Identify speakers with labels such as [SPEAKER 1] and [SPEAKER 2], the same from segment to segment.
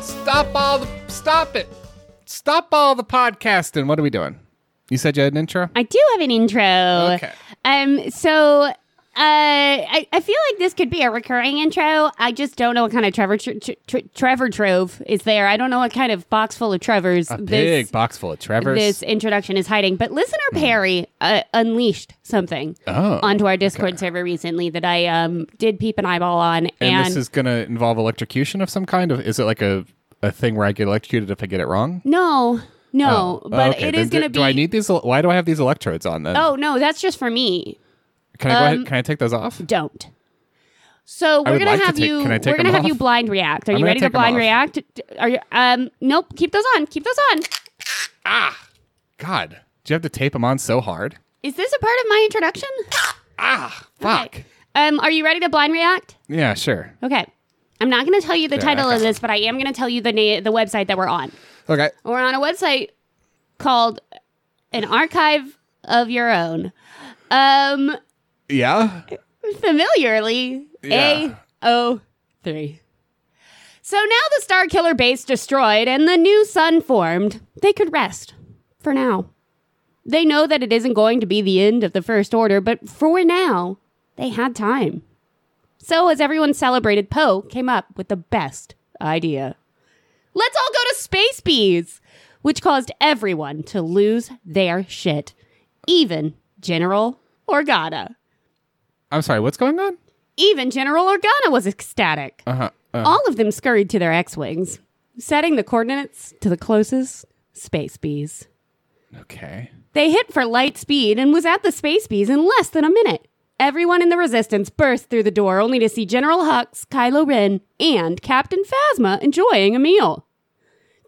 [SPEAKER 1] Stop all the stop it. Stop all the podcasting. What are we doing? You said you had an intro?
[SPEAKER 2] I do have an intro.
[SPEAKER 1] Okay.
[SPEAKER 2] Um. So, uh, I, I feel like this could be a recurring intro. I just don't know what kind of Trevor tr- tr- tr- Trevor Trove is there. I don't know what kind of box full of Trevors
[SPEAKER 1] A big box full of Trevor's.
[SPEAKER 2] this introduction is hiding. But listener Perry uh, unleashed something
[SPEAKER 1] Oh,
[SPEAKER 2] onto our Discord server recently that I um did peep an eyeball on, and,
[SPEAKER 1] and, this is gonna involve electrocution of some kind of is it like a, a thing where I get electrocuted if I get it wrong?
[SPEAKER 2] no, no,
[SPEAKER 1] Oh,
[SPEAKER 2] but
[SPEAKER 1] okay.
[SPEAKER 2] it
[SPEAKER 1] Then
[SPEAKER 2] is
[SPEAKER 1] do-
[SPEAKER 2] going to be.
[SPEAKER 1] Do I need these el- why do I have these electrodes on then?
[SPEAKER 2] oh um, no, that's just for me.
[SPEAKER 1] can I go ahead can I take those off?
[SPEAKER 2] don't. So we're
[SPEAKER 1] would
[SPEAKER 2] gonna
[SPEAKER 1] like to
[SPEAKER 2] have
[SPEAKER 1] take-
[SPEAKER 2] you.
[SPEAKER 1] can I
[SPEAKER 2] We're
[SPEAKER 1] take
[SPEAKER 2] gonna
[SPEAKER 1] them
[SPEAKER 2] have you
[SPEAKER 1] off?
[SPEAKER 2] blind react. Are you
[SPEAKER 1] gonna
[SPEAKER 2] ready
[SPEAKER 1] take
[SPEAKER 2] to
[SPEAKER 1] 'em
[SPEAKER 2] blind
[SPEAKER 1] off.
[SPEAKER 2] react? D- Are you? Um. Nope. Keep those on. Keep those on.
[SPEAKER 1] God. Do you have to tape them on so hard?
[SPEAKER 2] Is this a part of my introduction?
[SPEAKER 1] Ah fuck.
[SPEAKER 2] Okay. Um. Are you ready to blind react?
[SPEAKER 1] Yeah, sure.
[SPEAKER 2] Okay. I'm not gonna tell you the title
[SPEAKER 1] okay.
[SPEAKER 2] of this, but I am gonna tell you the na- the website that we're on.
[SPEAKER 1] Okay.
[SPEAKER 2] We're on a website called an archive of your own. Um.
[SPEAKER 1] Yeah.
[SPEAKER 2] familiarly
[SPEAKER 1] Yeah.
[SPEAKER 2] AO3. So now the Star Killer base destroyed and the new sun formed, they could rest for now. They know that it isn't going to be the end of the First Order, but for now, they had time. So as everyone celebrated, Poe came up with the best idea. Let's all go to Space Bees, which caused everyone to lose their shit, even General Organa.
[SPEAKER 1] I'm sorry, what's going on?
[SPEAKER 2] Even General Organa was ecstatic.
[SPEAKER 1] Uh-huh. Uh,
[SPEAKER 2] All of them scurried to their X Wings, setting the coordinates to the closest space bees.
[SPEAKER 1] okay.
[SPEAKER 2] They hit for light speed and was at the space bees in less than a minute. Everyone in the resistance burst through the door only to see General Hux, Kylo Ren, and Captain Phasma enjoying a meal.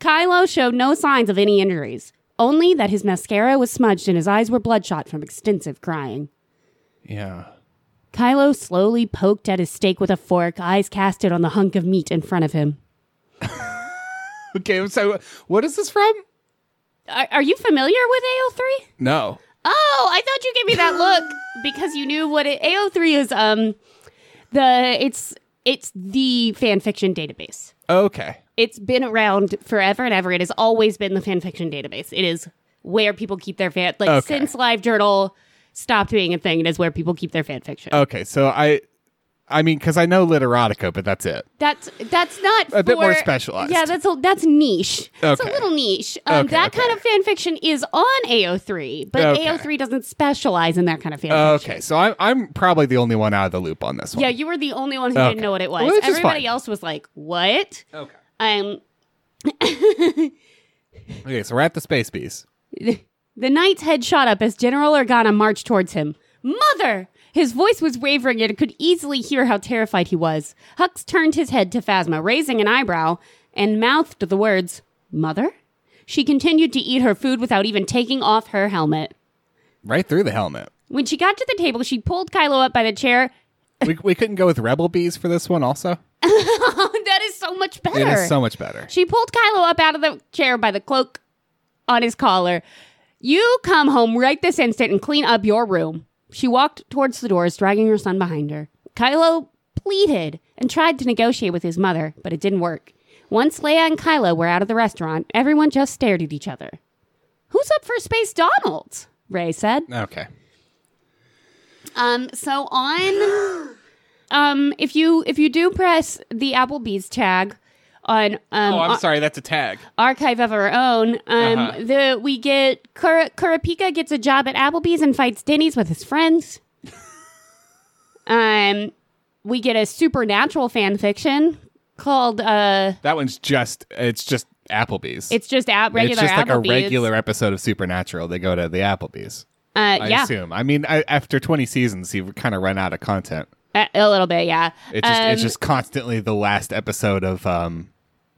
[SPEAKER 2] Kylo showed no signs of any injuries, only that his mascara was smudged and his eyes were bloodshot from extensive crying.
[SPEAKER 1] Yeah.
[SPEAKER 2] Kylo slowly poked at his steak with a fork, eyes casted on the hunk of meat in front of him.
[SPEAKER 1] Okay, so what is this from?
[SPEAKER 2] Are, are you familiar with AO3?
[SPEAKER 1] No.
[SPEAKER 2] Oh, I thought you gave me that look because you knew what it, AO3 is. Um, the it's it's the fan fiction database.
[SPEAKER 1] Okay.
[SPEAKER 2] It's been around forever and ever. It has always been the fan fiction database. It is where people keep their fan like
[SPEAKER 1] Okay.
[SPEAKER 2] since LiveJournal stopped being a thing. It is where people keep their fan fiction.
[SPEAKER 1] Okay, so I I mean cuz I know literotica, but that's it.
[SPEAKER 2] That's that's not
[SPEAKER 1] A bit more
[SPEAKER 2] for-
[SPEAKER 1] specialized.
[SPEAKER 2] Yeah, that's a, that's niche. It's a
[SPEAKER 1] Okay.
[SPEAKER 2] little niche. Um,
[SPEAKER 1] Okay,
[SPEAKER 2] that kind
[SPEAKER 1] okay.
[SPEAKER 2] of fan fiction is on AO3, but
[SPEAKER 1] Okay.
[SPEAKER 2] AO3 doesn't specialize in that kind of fan fiction.
[SPEAKER 1] Okay, so I'm I'm probably the only one out of the loop on this one.
[SPEAKER 2] Yeah, you were the only one who
[SPEAKER 1] Okay.
[SPEAKER 2] didn't know what it was.
[SPEAKER 1] Well, which is
[SPEAKER 2] Everybody
[SPEAKER 1] fine. Oh.
[SPEAKER 2] else was like, "What?"
[SPEAKER 1] Okay.
[SPEAKER 2] Um,
[SPEAKER 1] Okay, so we're at the space bees.
[SPEAKER 2] the knight's head shot up as General Organa marched towards him. Mother! His voice was wavering, and I could easily hear how terrified he was. Hux turned his head to Phasma, raising an eyebrow, and mouthed the words, "Mother." She continued to eat her food without even taking off her helmet.
[SPEAKER 1] Right through the helmet.
[SPEAKER 2] When she got to the table, she pulled Kylo up by the chair.
[SPEAKER 1] We, we couldn't go with rebel bees for this one also.
[SPEAKER 2] "Oh, that is so much better.
[SPEAKER 1] It is so much better.
[SPEAKER 2] she pulled Kylo up out of the chair by the cloak on his collar. You come home right this instant and clean up your room. She walked towards the doors, dragging her son behind her. Kylo pleaded and tried to negotiate with his mother, but it didn't work. Once Leia and Kylo were out of the restaurant, everyone just stared at each other. Who's up for Space Donald? Ray said.
[SPEAKER 1] Okay.
[SPEAKER 2] Um, so on, um, if you if you do press the Applebee's tag on um,
[SPEAKER 1] Oh, I'm
[SPEAKER 2] Ar-
[SPEAKER 1] sorry, that's a tag.
[SPEAKER 2] archive of our own, um,
[SPEAKER 1] Uh-huh.
[SPEAKER 2] the we get Kura- Kurapika gets a job at Applebee's and fights Denny's with his friends. um, we get a supernatural fan fiction called uh,
[SPEAKER 1] That one's just it's just Applebee's.
[SPEAKER 2] it's just at regular
[SPEAKER 1] it's just like
[SPEAKER 2] Applebee's.
[SPEAKER 1] a regular episode of Supernatural. They go to the Applebee's.
[SPEAKER 2] uh,
[SPEAKER 1] I
[SPEAKER 2] yeah,
[SPEAKER 1] assume. I mean, I, after 20 seasons, you've kind of run out of content.
[SPEAKER 2] a, a little bit, yeah.
[SPEAKER 1] It's just it's
[SPEAKER 2] Um,
[SPEAKER 1] just constantly the last episode of um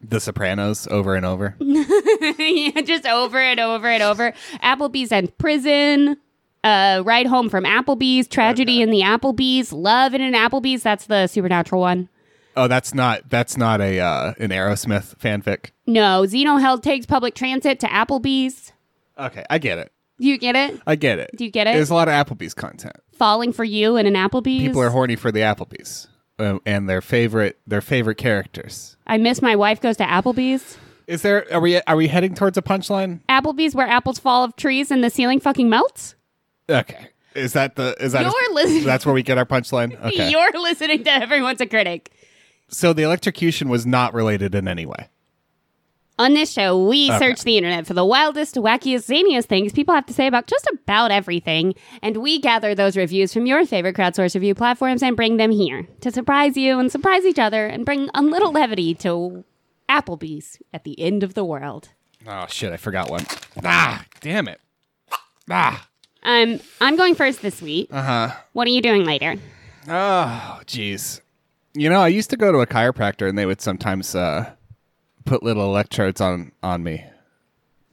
[SPEAKER 1] The Sopranos over and over.
[SPEAKER 2] yeah, just over and over and over. Applebee's and prison. Uh, ride home from Applebee's. Tragedy in the Applebee's. Love in an Applebee's. That's the supernatural one.
[SPEAKER 1] Oh, that's not that's not a uh, an Aerosmith fanfic.
[SPEAKER 2] No, Zeno Held takes public transit to Applebee's.
[SPEAKER 1] Okay, I get it.
[SPEAKER 2] Do you get it?
[SPEAKER 1] I get it.
[SPEAKER 2] Do you get it?
[SPEAKER 1] There's a lot of Applebee's content.
[SPEAKER 2] Falling for you in an Applebee's.
[SPEAKER 1] People are horny for the Applebee's uh, and their favorite their favorite characters.
[SPEAKER 2] I miss my wife goes to Applebee's.
[SPEAKER 1] Is there are we are we heading towards a punchline?
[SPEAKER 2] Applebee's where apples fall of trees and the ceiling fucking melts.
[SPEAKER 1] Okay. Is that the is that
[SPEAKER 2] You're listening-
[SPEAKER 1] that's where we get our punchline? Okay.
[SPEAKER 2] You're listening to Everyone's a Critic.
[SPEAKER 1] so the electrocution was not related in any way.
[SPEAKER 2] On this show, we search the internet for the wildest, wackiest, zaniest things people have to say about just about everything, and we gather those reviews from your favorite crowdsource review platforms and bring them here to surprise you and surprise each other and bring a little levity to Applebee's at the end of the world.
[SPEAKER 1] Oh shit, I forgot one. Ah, damn it. Ah.
[SPEAKER 2] Um, I'm going first this week.
[SPEAKER 1] Uh-huh.
[SPEAKER 2] What are you doing later?
[SPEAKER 1] Oh, jeez. You know, I used to go to a chiropractor and they would sometimes uh, put little electrodes on on me.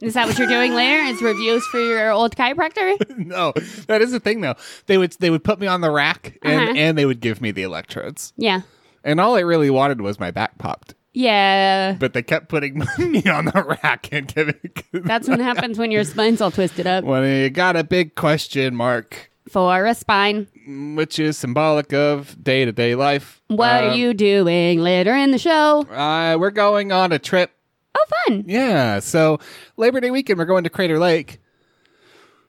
[SPEAKER 2] Is that what you're doing later? Is reviews for your old chiropractor?
[SPEAKER 1] No, that is the thing though. They would they would put me on the rack and
[SPEAKER 2] Uh-huh.
[SPEAKER 1] and they would give me the electrodes.
[SPEAKER 2] Yeah.
[SPEAKER 1] And all I really wanted was my back popped.
[SPEAKER 2] Yeah.
[SPEAKER 1] But they kept putting me on the rack and giving
[SPEAKER 2] That's what happens when your spine's all twisted up.
[SPEAKER 1] Well, you got a big question mark,
[SPEAKER 2] For a spine.
[SPEAKER 1] which is symbolic of day to day life.
[SPEAKER 2] What
[SPEAKER 1] Uh,
[SPEAKER 2] are you doing later in the show?
[SPEAKER 1] Uh, we're going on a trip.
[SPEAKER 2] Oh, fun.
[SPEAKER 1] Yeah. So Labor Day weekend, we're going to Crater Lake.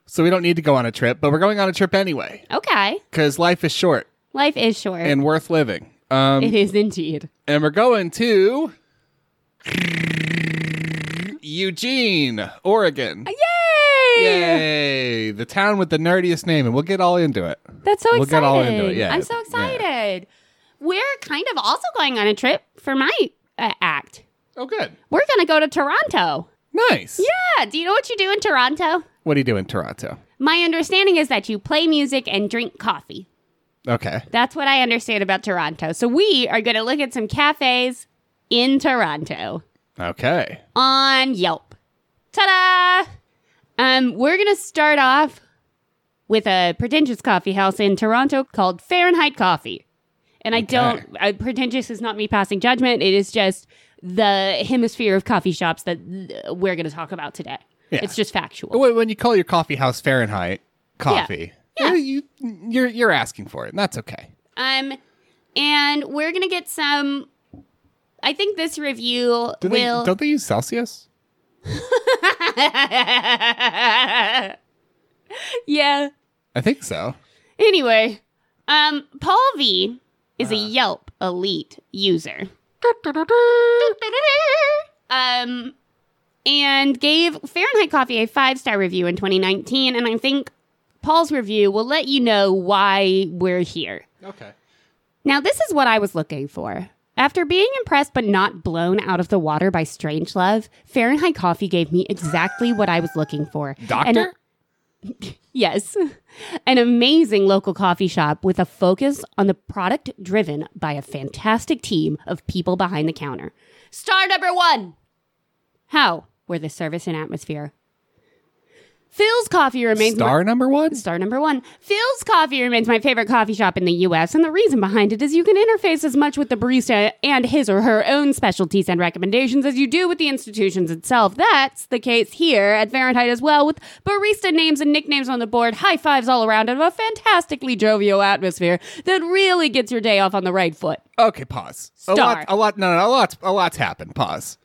[SPEAKER 1] So we don't need to go on a trip, but we're going on a trip anyway
[SPEAKER 2] Okay.
[SPEAKER 1] because life is short
[SPEAKER 2] Life is short.
[SPEAKER 1] and worth living. Um,
[SPEAKER 2] it is indeed.
[SPEAKER 1] and we're going to Eugene, Oregon.
[SPEAKER 2] Yay!
[SPEAKER 1] Yay! The town with the nerdiest name, and we'll get all into it.
[SPEAKER 2] That's so
[SPEAKER 1] We'll
[SPEAKER 2] exciting.
[SPEAKER 1] get all into it, yeah.
[SPEAKER 2] I'm so
[SPEAKER 1] Yeah.
[SPEAKER 2] excited. We're kind of also going on a trip for my uh, act.
[SPEAKER 1] Oh, good.
[SPEAKER 2] We're going to go to Toronto.
[SPEAKER 1] Nice.
[SPEAKER 2] Yeah. Do you know what you do in Toronto?
[SPEAKER 1] What do you do in Toronto?
[SPEAKER 2] My understanding is that you play music and drink coffee.
[SPEAKER 1] Okay.
[SPEAKER 2] That's what I understand about Toronto. So we are going to look at some cafes in Toronto
[SPEAKER 1] Okay.
[SPEAKER 2] on Yelp. Ta-da! Um, we're going to start off with a pretentious coffee house in Toronto called Fahrenheit Coffee. And I don't uh, pretentious is not me passing judgment. It is just the hemisphere of coffee shops that uh, we're going to talk about today.
[SPEAKER 1] Yeah.
[SPEAKER 2] It's just factual.
[SPEAKER 1] When when you call your coffee house Fahrenheit coffee,
[SPEAKER 2] Yeah.
[SPEAKER 1] eh, you you're you're asking for it. And that's okay.
[SPEAKER 2] Um, and we're gonna get some. I think this review
[SPEAKER 1] Do they,
[SPEAKER 2] will.
[SPEAKER 1] Don't they use Celsius?
[SPEAKER 2] yeah.
[SPEAKER 1] I think so.
[SPEAKER 2] Anyway, um, Paul V is
[SPEAKER 1] Uh.
[SPEAKER 2] a Yelp elite user. Um, and gave Fahrenheit Coffee a five star review in 2019, and I think Paul's review will let you know why we're here.
[SPEAKER 1] Okay.
[SPEAKER 2] Now, this is what I was looking for. After being impressed but not blown out of the water by Strangelove, Fahrenheit Coffee gave me exactly what I was looking for.
[SPEAKER 1] Doctor.
[SPEAKER 2] An- yes. An amazing local coffee shop with a focus on the product driven by a fantastic team of people behind the counter. Star number one. How were the service and atmosphere? Phil's Coffee remains my-
[SPEAKER 1] Star number one.
[SPEAKER 2] Star number one. Phil's Coffee remains my favorite coffee shop in the US, and the reason behind it is you can interface as much with the barista and his or her own specialties and recommendations as you do with the institutions itself. That's the case here at Fahrenheit as well, with barista names and nicknames on the board, high fives all around, and a fantastically jovial atmosphere that really gets your day off on the right foot.
[SPEAKER 1] Okay. Pause. A
[SPEAKER 2] Star.
[SPEAKER 1] lot. A lot. No. No. A lot. A lot's happened. Pause.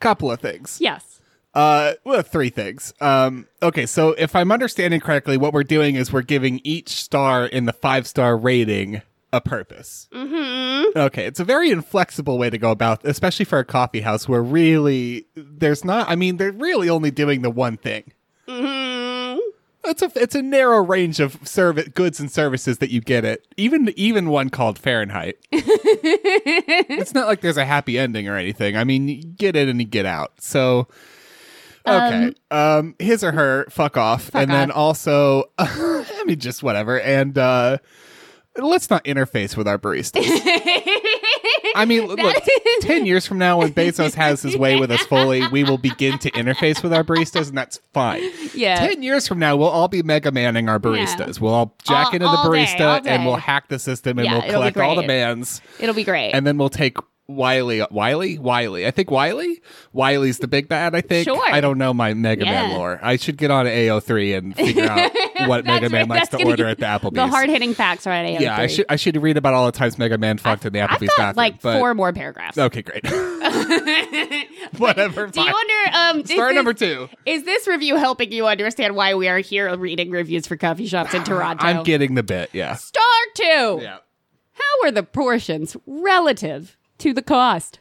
[SPEAKER 1] Couple of things.
[SPEAKER 2] Yes.
[SPEAKER 1] Uh, well, three things. Um, okay, so if I'm understanding correctly, what we're doing is we're giving each star in the five star rating a purpose. Mm-hmm. Okay, it's a very inflexible way to go about, especially for a coffee house where really there's not. I mean, they're really only doing the one thing. It's a it's a narrow range of service goods and services that you get at even even one called Fahrenheit. it's not like there's a happy ending or anything. I mean, you get in and you get out. So okay, um, his or her, fuck off, and then
[SPEAKER 2] off.
[SPEAKER 1] also, I mean, just whatever, and uh, let's not interface with our baristas. I mean, look, ten years from now, when Bezos has his way with us fully, we will begin to interface with our baristas, and that's fine.
[SPEAKER 2] yeah.
[SPEAKER 1] Ten years from now, we'll all be mega manning our baristas. We'll all jack
[SPEAKER 2] All-
[SPEAKER 1] into the
[SPEAKER 2] all day,
[SPEAKER 1] barista,
[SPEAKER 2] all day.
[SPEAKER 1] and we'll hack the system, and
[SPEAKER 2] Yeah,
[SPEAKER 1] we'll
[SPEAKER 2] it'll be
[SPEAKER 1] collect all the
[SPEAKER 2] great.
[SPEAKER 1] bands,
[SPEAKER 2] It'll be great.
[SPEAKER 1] and then we'll take Wiley, Wiley, Wiley. I think Wiley, Wiley's the big bad. I think.
[SPEAKER 2] Sure.
[SPEAKER 1] I don't know my Mega Man
[SPEAKER 2] Yeah.
[SPEAKER 1] lore. I should get on AO3 and figure out what Mega Man
[SPEAKER 2] That's right.
[SPEAKER 1] likes
[SPEAKER 2] That's
[SPEAKER 1] to
[SPEAKER 2] gonna
[SPEAKER 1] order
[SPEAKER 2] be
[SPEAKER 1] at the Applebee's.
[SPEAKER 2] the hard hitting facts right at
[SPEAKER 1] yeah, I should I should read about all the times Mega Man fucked in the
[SPEAKER 2] I've
[SPEAKER 1] Applebee's bathroom.
[SPEAKER 2] got like
[SPEAKER 1] but-
[SPEAKER 2] four more paragraphs.
[SPEAKER 1] Okay, great. Whatever.
[SPEAKER 2] Do you
[SPEAKER 1] fine.
[SPEAKER 2] wonder? Um, is
[SPEAKER 1] Star
[SPEAKER 2] this-
[SPEAKER 1] number two.
[SPEAKER 2] Is this review helping you understand why we are here reading reviews for coffee shops in Toronto?
[SPEAKER 1] I'm getting the bit. Yeah.
[SPEAKER 2] Star two.
[SPEAKER 1] Yeah.
[SPEAKER 2] How are the portions relative to the cost?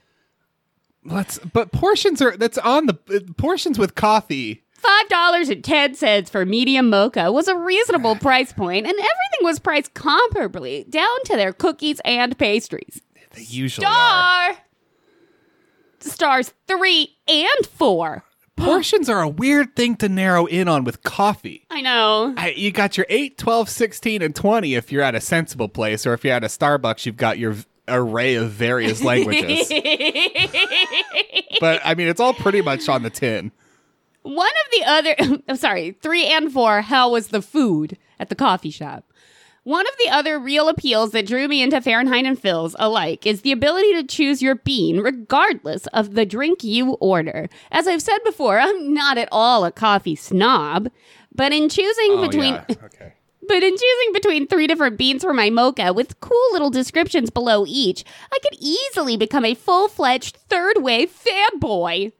[SPEAKER 1] Let's. But portions are that's on the uh, portions with coffee.
[SPEAKER 2] Five dollars and ten cents for medium mocha was a reasonable price point, and everything was priced comparably down to their cookies and pastries.
[SPEAKER 1] They usually are.
[SPEAKER 2] Star stars three and four.
[SPEAKER 1] Portions are a weird thing to narrow in on with coffee.
[SPEAKER 2] I know.
[SPEAKER 1] I, you got your 8, 12, 16, and 20 if you're at a sensible place, or if you're at a Starbucks, you've got your v- array of various languages. but I mean, it's all pretty much on the tin.
[SPEAKER 2] One of the other, I'm sorry, three and four, how was the food at the coffee shop? One of the other real appeals that drew me into Fahrenheit and Phil's alike is the ability to choose your bean regardless of the drink you order. As I've said before, I'm not at all a coffee snob, but in choosing
[SPEAKER 1] Oh,
[SPEAKER 2] between
[SPEAKER 1] Okay.
[SPEAKER 2] but in choosing between three different beans for my mocha with cool little descriptions below each, I could easily become a full-fledged third-wave fanboy.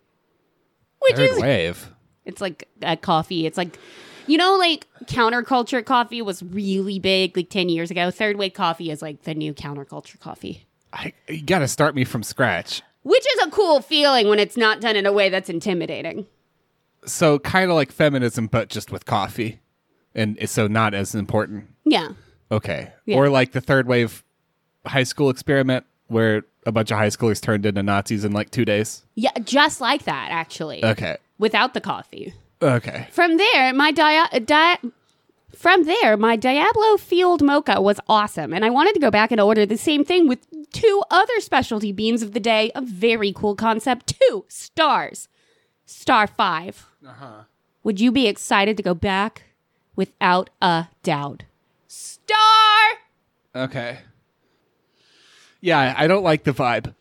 [SPEAKER 2] Which is
[SPEAKER 1] Third wave.
[SPEAKER 2] it's like uh, coffee. It's like, you know, like counterculture coffee was really big like 10 years ago. Third wave coffee is like the new counterculture coffee,
[SPEAKER 1] I, you got to start me from scratch.
[SPEAKER 2] which is a cool feeling when it's not done in a way that's intimidating.
[SPEAKER 1] So kind of like feminism, but just with coffee, and it's so not as important.
[SPEAKER 2] Yeah.
[SPEAKER 1] Okay,
[SPEAKER 2] Yeah.
[SPEAKER 1] or like the third wave high school experiment where a bunch of high schoolers turned into Nazis in like two days.
[SPEAKER 2] Yeah. Just like that, actually.
[SPEAKER 1] Okay,
[SPEAKER 2] Without the coffee.
[SPEAKER 1] okay.
[SPEAKER 2] From there, my dia- di- from there, my Diablo Field Mocha was awesome, and I wanted to go back and order the same thing with two other specialty beans of the day. A very cool concept. Two stars, star 5
[SPEAKER 1] Uh-huh.
[SPEAKER 2] Would you be excited to go back? Without a doubt, star.
[SPEAKER 1] Okay. Yeah, I- I don't like the vibe.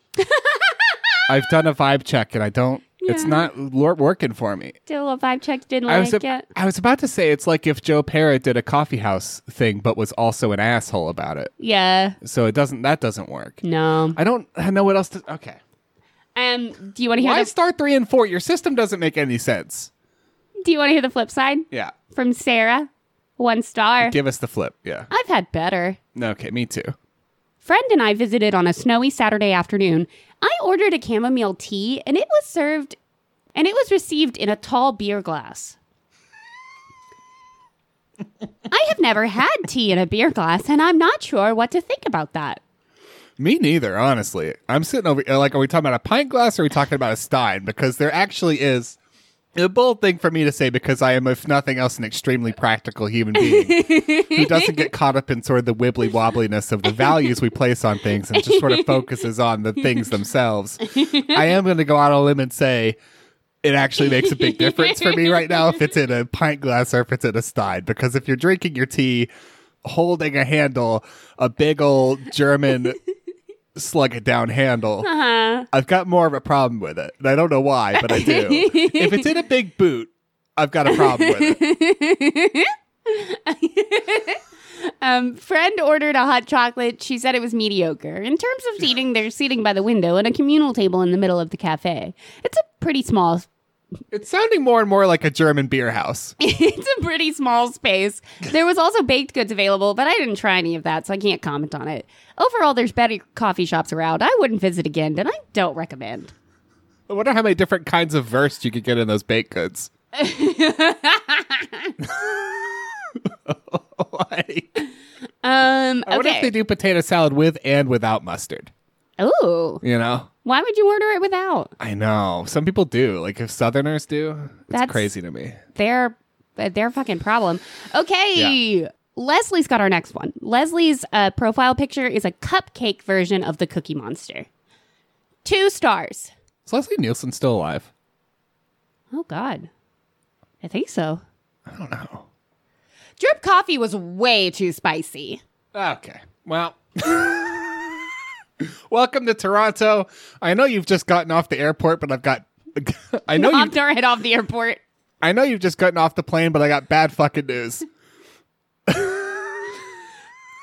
[SPEAKER 1] I've done a vibe check and I don't. It's
[SPEAKER 2] Yeah.
[SPEAKER 1] not lo- working for me.
[SPEAKER 2] Still a vibe check. Didn't
[SPEAKER 1] I
[SPEAKER 2] like
[SPEAKER 1] was. ab-
[SPEAKER 2] it.
[SPEAKER 1] I was about to say it's like if Joe Parra did a coffee house thing, but was also an asshole about it.
[SPEAKER 2] Yeah.
[SPEAKER 1] So it doesn't. That doesn't work.
[SPEAKER 2] No.
[SPEAKER 1] I don't know what else to. Okay.
[SPEAKER 2] Um. Do you want to hear?
[SPEAKER 1] Why
[SPEAKER 2] The,
[SPEAKER 1] star three and four? Your system doesn't make any sense.
[SPEAKER 2] do you want to hear the flip side
[SPEAKER 1] Yeah.
[SPEAKER 2] from Sarah? One star.
[SPEAKER 1] Give us the flip. Yeah.
[SPEAKER 2] I've had better.
[SPEAKER 1] Okay, me too.
[SPEAKER 2] Friend and I visited on a snowy Saturday afternoon. I ordered a chamomile tea and it was served and it was received in a tall beer glass. I have never had tea in a beer glass and I'm not sure what to think about that.
[SPEAKER 1] Me neither, honestly. I'm sitting over uh, like are we talking about a pint glass or are we talking about a stein? Because there actually is a bold thing for me to say because I am, if nothing else, an extremely practical human being who doesn't get caught up in sort of the wibbly wobbliness of the values we place on things and just sort of focuses on the things themselves. I am going to go out on a limb and say it actually makes a big difference for me right now if it's in a pint glass or if it's in a stein. Because if you're drinking your tea holding a handle, a big old German slug it down handle,
[SPEAKER 2] Uh-huh.
[SPEAKER 1] I've got more of a problem with it. And I don't know why, but I do. if it's in a big boot, I've got a problem with it.
[SPEAKER 2] Um, friend ordered a hot chocolate. She said it was mediocre. In terms of seating, they're seating by the window and a communal table in the middle of the cafe. It's a pretty small
[SPEAKER 1] It's sounding more and more like a German beer house.
[SPEAKER 2] it's a pretty small space. There was also baked goods available, but I didn't try any of that, so I can't comment on it. Overall, there's better coffee shops around. I wouldn't visit again, and I don't recommend.
[SPEAKER 1] I wonder how many different kinds of verst you could get in those baked goods. like,
[SPEAKER 2] Um,
[SPEAKER 1] I wonder if they
[SPEAKER 2] okay.
[SPEAKER 1] do potato salad with and without mustard.
[SPEAKER 2] Oh,
[SPEAKER 1] You know,
[SPEAKER 2] why would you order it without?
[SPEAKER 1] I know some people do. Like if Southerners do, it's
[SPEAKER 2] That's-
[SPEAKER 1] crazy to me.
[SPEAKER 2] Their uh, their fucking problem. Okay. Leslie's got our next one. Leslie's uh, profile picture is a cupcake version of the Cookie Monster. Two stars.
[SPEAKER 1] Is Leslie Nielsen still alive?
[SPEAKER 2] Oh, God. I think so.
[SPEAKER 1] I don't know.
[SPEAKER 2] Drip coffee was way too spicy.
[SPEAKER 1] Okay. Well, welcome to Toronto. I know you've just gotten off the airport, but I've got. I know Oh, you.
[SPEAKER 2] Knocked our head off the airport.
[SPEAKER 1] I know you've just gotten off the plane, but I got bad fucking news.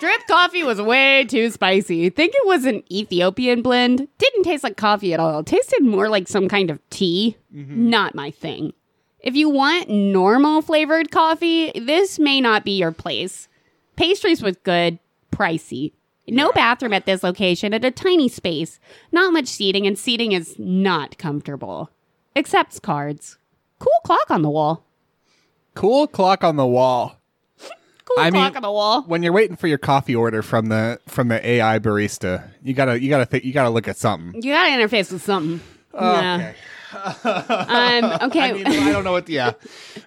[SPEAKER 2] Drip coffee was way too spicy. Think it was an Ethiopian blend. Didn't taste like coffee at all. tasted more like some kind of tea.
[SPEAKER 1] Mm-hmm.
[SPEAKER 2] Not my thing. If you want normal flavored coffee, this may not be your place. Pastries was good, pricey. No bathroom at this location at a tiny space. Not much seating, and seating is not comfortable. Accepts cards. Cool clock on the wall.
[SPEAKER 1] Cool clock on the wall.
[SPEAKER 2] Cool
[SPEAKER 1] I mean-
[SPEAKER 2] clock on the wall.
[SPEAKER 1] When you're waiting for your coffee order from the from the AI barista, you gotta you gotta think you gotta look at something.
[SPEAKER 2] You gotta interface with something. Yeah.
[SPEAKER 1] Oh, Okay.
[SPEAKER 2] Um, okay.
[SPEAKER 1] I mean, I don't know what. Yeah,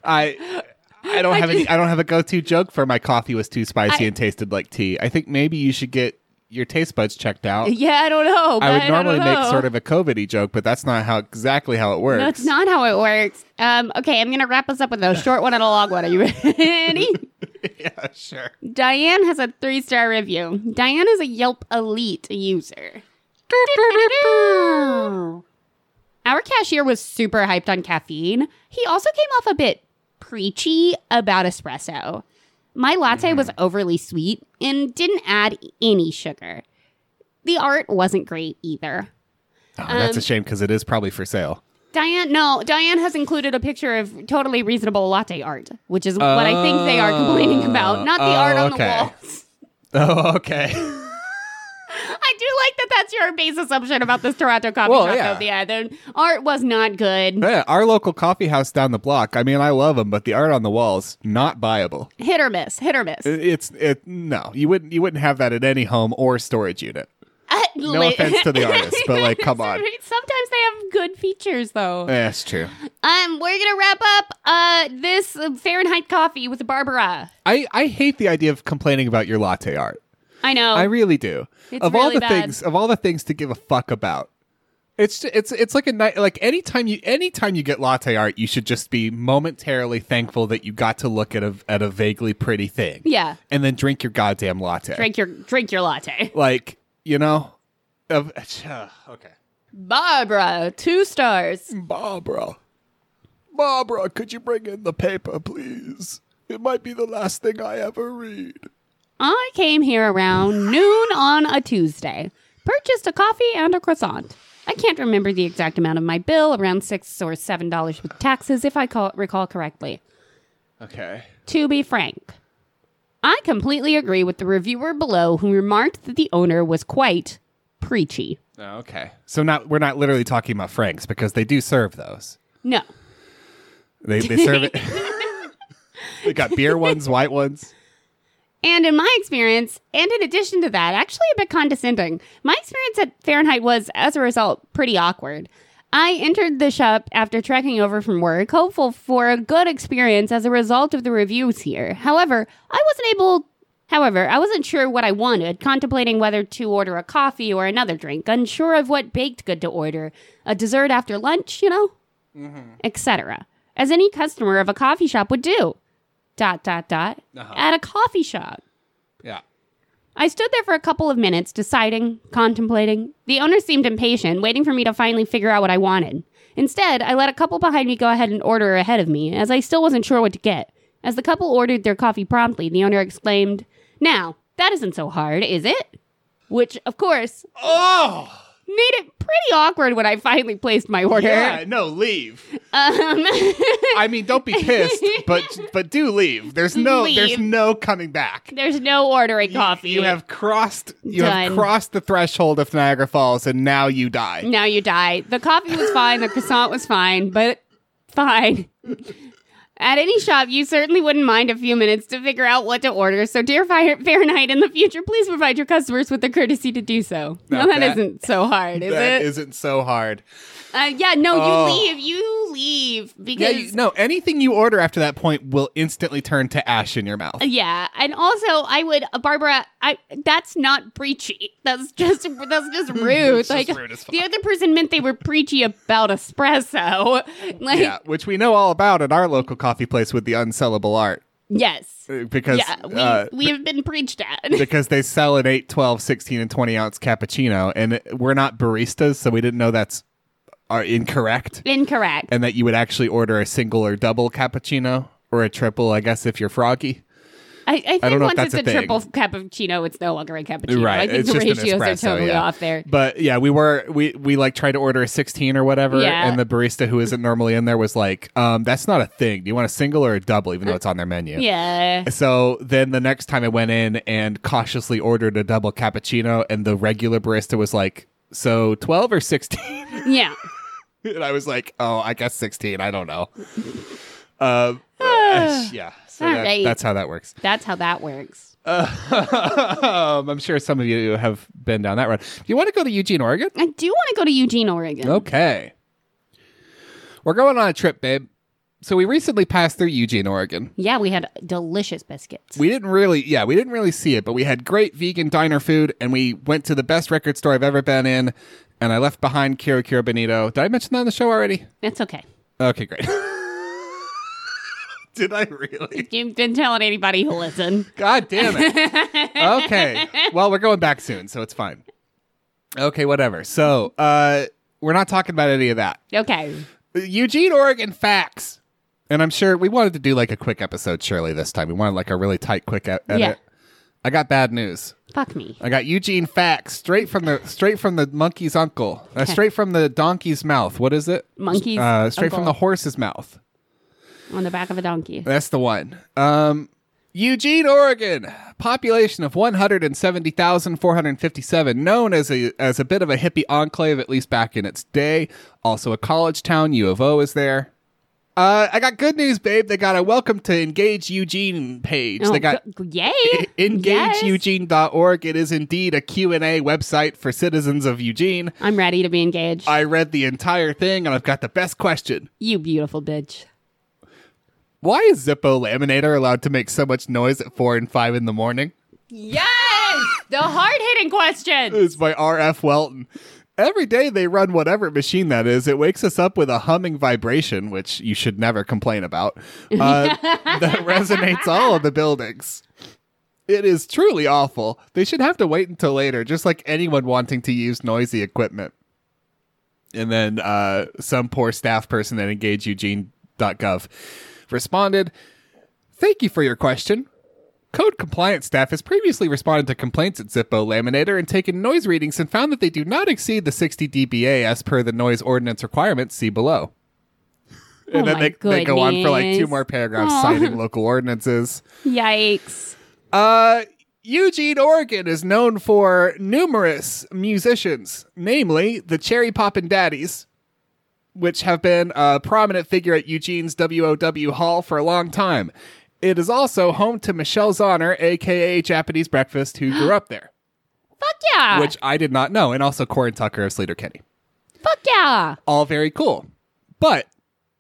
[SPEAKER 1] I I don't have any. I don't have a go-to joke for my coffee was too spicy
[SPEAKER 2] I-
[SPEAKER 1] and tasted like tea. I think maybe you should get your taste buds checked out.
[SPEAKER 2] Yeah, I don't
[SPEAKER 1] I
[SPEAKER 2] know. but
[SPEAKER 1] would normally
[SPEAKER 2] don't
[SPEAKER 1] make
[SPEAKER 2] know.
[SPEAKER 1] sort of a COVID joke, but that's not how exactly how it works.
[SPEAKER 2] That's not how it works. Um, okay, I'm gonna wrap us up with a short one and a long one. Are you ready?
[SPEAKER 1] yeah, sure.
[SPEAKER 2] Um, Diane has a three star review. Diane is a Yelp elite user. Our cashier was super hyped on caffeine. He also came off a bit preachy about espresso. My latte was
[SPEAKER 1] Mm-hmm.
[SPEAKER 2] overly sweet and didn't add any sugar. The art wasn't great either.
[SPEAKER 1] Oh, that's a shame because it is probably for sale.
[SPEAKER 2] Diane, no, Diane has included a picture of totally reasonable latte art, which is what I think they are complaining about, not the
[SPEAKER 1] Oh,
[SPEAKER 2] art on
[SPEAKER 1] okay.
[SPEAKER 2] the walls.
[SPEAKER 1] Oh, okay.
[SPEAKER 2] I do like that that's your base assumption about this Toronto coffee
[SPEAKER 1] Well,
[SPEAKER 2] shop,
[SPEAKER 1] yeah.
[SPEAKER 2] though. Yeah, the art was not good.
[SPEAKER 1] yeah, our local coffee house down the block. I mean, I love them, but the art on the walls not buyable.
[SPEAKER 2] Hit or miss, hit or miss.
[SPEAKER 1] It- It's it no, you wouldn't you wouldn't have that at any home or storage unit.
[SPEAKER 2] no
[SPEAKER 1] offense to the artist, but, like, come on.
[SPEAKER 2] Uh, Sometimes they have good features, though.
[SPEAKER 1] Yeah, That's true.
[SPEAKER 2] Um, we're gonna wrap up uh this uh, Fahrenheit coffee with Barbara.
[SPEAKER 1] I I hate the idea of complaining about your latte art.
[SPEAKER 2] I know.
[SPEAKER 1] I really do.
[SPEAKER 2] It's
[SPEAKER 1] of all
[SPEAKER 2] really
[SPEAKER 1] the
[SPEAKER 2] bad.
[SPEAKER 1] things, of all the things to give a fuck about, it's ju- it's it's like a night. Like anytime you anytime you get latte art, you should just be momentarily thankful that you got to look at a at a vaguely pretty thing.
[SPEAKER 2] Yeah.
[SPEAKER 1] and then drink your goddamn latte.
[SPEAKER 2] drink your drink your latte.
[SPEAKER 1] like you know, of, okay.
[SPEAKER 2] Barbara, two stars.
[SPEAKER 1] Barbara, Barbara, could you bring in the paper, please? It might be the last thing I ever read.
[SPEAKER 2] I came here around noon on a Tuesday, purchased a coffee and a croissant. I can't remember the exact amount of my bill, around six or seven dollars with taxes, if I call, recall correctly.
[SPEAKER 1] Okay.
[SPEAKER 2] To be frank, I completely agree with the reviewer below who remarked that the owner was quite preachy.
[SPEAKER 1] Oh, okay. So not we're not literally talking about Franks because they do serve those.
[SPEAKER 2] No.
[SPEAKER 1] They they serve it. they got beer ones, white ones.
[SPEAKER 2] And in my experience, and in addition to that, actually a bit condescending, my experience at Fahrenheit was, as a result, pretty awkward. I entered the shop after trekking over from work, hopeful for a good experience as a result of the reviews here. However, I wasn't able. However, I wasn't sure what I wanted, contemplating whether to order a coffee or another drink, unsure of what baked good to order, a dessert after lunch, you know, etc. As any customer of a coffee shop would do. Dot dot dot.
[SPEAKER 1] Uh-huh.
[SPEAKER 2] At a coffee shop.
[SPEAKER 1] Yeah.
[SPEAKER 2] I stood there for a couple of minutes, deciding, contemplating. The owner seemed impatient, waiting for me to finally figure out what I wanted. Instead, I let a couple behind me go ahead and order ahead of me, as I still wasn't sure what to get. As the couple ordered their coffee promptly, the owner exclaimed, Now, that isn't so hard, is it? Which, of course,
[SPEAKER 1] Oh
[SPEAKER 2] made it pretty awkward when I finally placed my order.
[SPEAKER 1] yeah. No, leave.
[SPEAKER 2] Um,
[SPEAKER 1] I mean, don't be pissed, but but do leave. There's no there's
[SPEAKER 2] Leave.
[SPEAKER 1] no coming back.
[SPEAKER 2] there's no ordering coffee.
[SPEAKER 1] You have crossed you have
[SPEAKER 2] Done.
[SPEAKER 1] crossed the threshold of Niagara Falls and now you die.
[SPEAKER 2] Now you die. The coffee was fine. The croissant was fine, but fine. At any shop, you certainly wouldn't mind a few minutes to figure out what to order. So, dear Fire- Fahrenheit, in the future, please provide your customers with the courtesy to do so.
[SPEAKER 1] Now
[SPEAKER 2] No, that
[SPEAKER 1] that-
[SPEAKER 2] isn't so hard, is
[SPEAKER 1] That
[SPEAKER 2] it?
[SPEAKER 1] isn't so hard.
[SPEAKER 2] uh, yeah, no,
[SPEAKER 1] Oh.
[SPEAKER 2] you leave. You leave.
[SPEAKER 1] Yeah,
[SPEAKER 2] because
[SPEAKER 1] you, no, anything you order after that point will instantly turn to ash in your mouth.
[SPEAKER 2] Yeah, and also I would uh, Barbara. I that's not preachy. That's just that's just rude.
[SPEAKER 1] It's
[SPEAKER 2] like
[SPEAKER 1] just rude as
[SPEAKER 2] the other person meant they were preachy about espresso. Like
[SPEAKER 1] Yeah, which we know all about at our local coffee place with the unsellable art
[SPEAKER 2] yes,
[SPEAKER 1] uh, because
[SPEAKER 2] yeah, we
[SPEAKER 1] uh,
[SPEAKER 2] we have been preached at.
[SPEAKER 1] because they sell an 8, 12, 16 and 20 ounce cappuccino and it- we're not baristas so we didn't know that's are incorrect
[SPEAKER 2] Incorrect.
[SPEAKER 1] and that you would actually order a single or double cappuccino or a triple I guess if you're froggy.
[SPEAKER 2] I, I think
[SPEAKER 1] don't know if
[SPEAKER 2] once
[SPEAKER 1] that's
[SPEAKER 2] it's
[SPEAKER 1] a
[SPEAKER 2] a,
[SPEAKER 1] thing.
[SPEAKER 2] triple cappuccino, it's no longer a cappuccino.
[SPEAKER 1] Right,
[SPEAKER 2] I think
[SPEAKER 1] it's
[SPEAKER 2] the
[SPEAKER 1] just an
[SPEAKER 2] ratios
[SPEAKER 1] espresso,
[SPEAKER 2] are totally
[SPEAKER 1] yeah.
[SPEAKER 2] off there.
[SPEAKER 1] But yeah, we were we we like tried to order a 16 or whatever
[SPEAKER 2] Yeah.
[SPEAKER 1] and the barista who isn't normally in there was like, "Um that's not a thing. Do you want a single or a double
[SPEAKER 2] Uh,
[SPEAKER 1] even though it's on their menu?"
[SPEAKER 2] Yeah.
[SPEAKER 1] So then the next time I went in and cautiously ordered a double cappuccino, and the regular barista was like, So 12 or 16?
[SPEAKER 2] Yeah.
[SPEAKER 1] and I was like, Oh, I guess 16. I don't know. Um, uh, yeah. So
[SPEAKER 2] Ah. All
[SPEAKER 1] that-
[SPEAKER 2] right.
[SPEAKER 1] that's how that works.
[SPEAKER 2] That's how that works.
[SPEAKER 1] um, I'm sure some of you have been down that road. Do you want to go to Eugene, Oregon?
[SPEAKER 2] I do want to go to Eugene, Oregon.
[SPEAKER 1] Okay. We're going on a trip, babe. So we recently passed through Eugene, Oregon.
[SPEAKER 2] Yeah, we had delicious biscuits.
[SPEAKER 1] We didn't really, yeah, we didn't really see it, but we had great vegan diner food, and we went to the best record store I've ever been in. And I left behind Kira Kira Benito. Did I mention that on the show already?
[SPEAKER 2] That's okay.
[SPEAKER 1] Okay, great. Did I really?
[SPEAKER 2] You didn't tell it anybody who listened.
[SPEAKER 1] God damn it. Okay. Well, we're going back soon, so it's fine. Okay, whatever. So, uh, we're not talking about any of that.
[SPEAKER 2] Okay.
[SPEAKER 1] Eugene, Oregon facts. And I'm sure we wanted to do like a quick episode, surely, this time. We wanted like a really tight, quick e- edit.
[SPEAKER 2] Yeah.
[SPEAKER 1] I got bad news.
[SPEAKER 2] Fuck me.
[SPEAKER 1] I got Eugene facts straight from the straight from the monkey's uncle, uh, straight from the donkey's mouth. What is it?
[SPEAKER 2] Monkey's
[SPEAKER 1] Uh, straight from
[SPEAKER 2] uncle.
[SPEAKER 1] the horse's mouth.
[SPEAKER 2] On the back of a donkey.
[SPEAKER 1] That's the one. Um, Eugene, Oregon, population of one hundred and seventy thousand four hundred fifty-seven, known as a as a bit of a hippie enclave, at least back in its day. Also a college town. U of O is there. Uh, I got good news, babe. They got a welcome to engage Eugene page.
[SPEAKER 2] Oh,
[SPEAKER 1] they got e-,
[SPEAKER 2] g- yay. Yes.
[SPEAKER 1] EngageEugene.org. It is indeed a Q&A website for citizens of Eugene.
[SPEAKER 2] I'm ready to be engaged.
[SPEAKER 1] I read the entire thing and I've got the best question.
[SPEAKER 2] you beautiful bitch.
[SPEAKER 1] Why is Zippo Laminator allowed to make so much noise at 4 and 5 in the morning?
[SPEAKER 2] Yes! the hard hitting question.
[SPEAKER 1] It's by R.F. Welton. Every day they run whatever machine that is, it wakes us up with a humming vibration, which you should never complain about, uh, that resonates all of the buildings. It is truly awful. They should have to wait until later, just like anyone wanting to use noisy equipment. And then uh, some poor staff person at engageeugene.gov responded Thank you for your question. Code compliance staff has previously responded to complaints at Zippo Laminator and taken noise readings and found that they do not exceed the 60 dBA as per the noise ordinance requirements see below. And
[SPEAKER 2] Oh
[SPEAKER 1] then
[SPEAKER 2] my
[SPEAKER 1] they, they go on for like two
[SPEAKER 2] goodness.
[SPEAKER 1] more paragraphs
[SPEAKER 2] Aw.
[SPEAKER 1] citing local ordinances.
[SPEAKER 2] Yikes.
[SPEAKER 1] Uh, Eugene, Oregon is known for numerous musicians, namely the Cherry Poppin' Daddies, which have been a prominent figure at Eugene's WOW Hall for a long time. It is also home to Michelle Zahner, aka Japanese Breakfast, who grew up there,
[SPEAKER 2] Fuck yeah.
[SPEAKER 1] which I did not know, and also Corin Tucker of Sleater Kenny.
[SPEAKER 2] Fuck yeah.
[SPEAKER 1] All very cool. But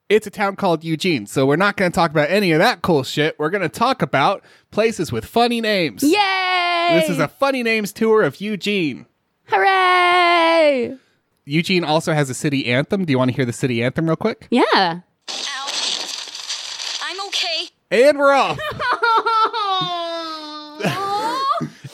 [SPEAKER 1] it's a town called Eugene, so we're not going to talk about any of that cool shit. We're going to talk about places with funny names.
[SPEAKER 2] Yay.
[SPEAKER 1] This is a funny names tour of Eugene.
[SPEAKER 2] Hooray.
[SPEAKER 1] Eugene also has a city anthem. Do you want to hear the city anthem real quick?
[SPEAKER 2] Yeah.
[SPEAKER 3] Ow. I'm okay.
[SPEAKER 1] And we're off.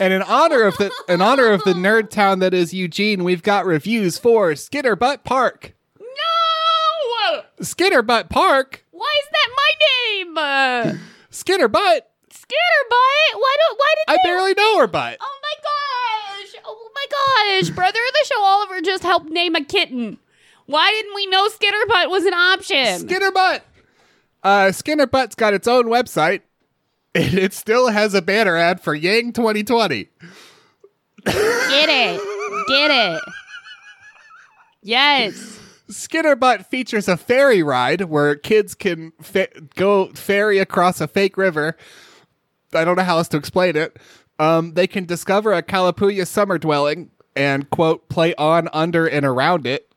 [SPEAKER 1] and in honor of the in honor of the nerd town that is Eugene, we've got reviews for Skitterbutt Park.
[SPEAKER 2] no!
[SPEAKER 1] Skitterbutt Park.
[SPEAKER 2] Why is that my name? Uh,
[SPEAKER 1] Skitterbutt.
[SPEAKER 2] Skitterbutt? Why don't why did
[SPEAKER 1] I
[SPEAKER 2] they
[SPEAKER 1] barely know her butt.
[SPEAKER 2] Oh my gosh! Oh my gosh! Brother of the show Oliver just helped name a kitten. Why didn't we know Skitterbutt was an option?
[SPEAKER 1] Skitterbutt. Uh, Skinnerbutt's got its own website, and it still has a banner ad for Yang 2020.
[SPEAKER 2] Get it. Get it. Yes.
[SPEAKER 1] Skitterbutt features a ferry ride where kids can fa- go ferry across a fake river. I don't know how else to explain it. Um, they can discover a Kalapuya summer dwelling and, quote, play on, under, and around it.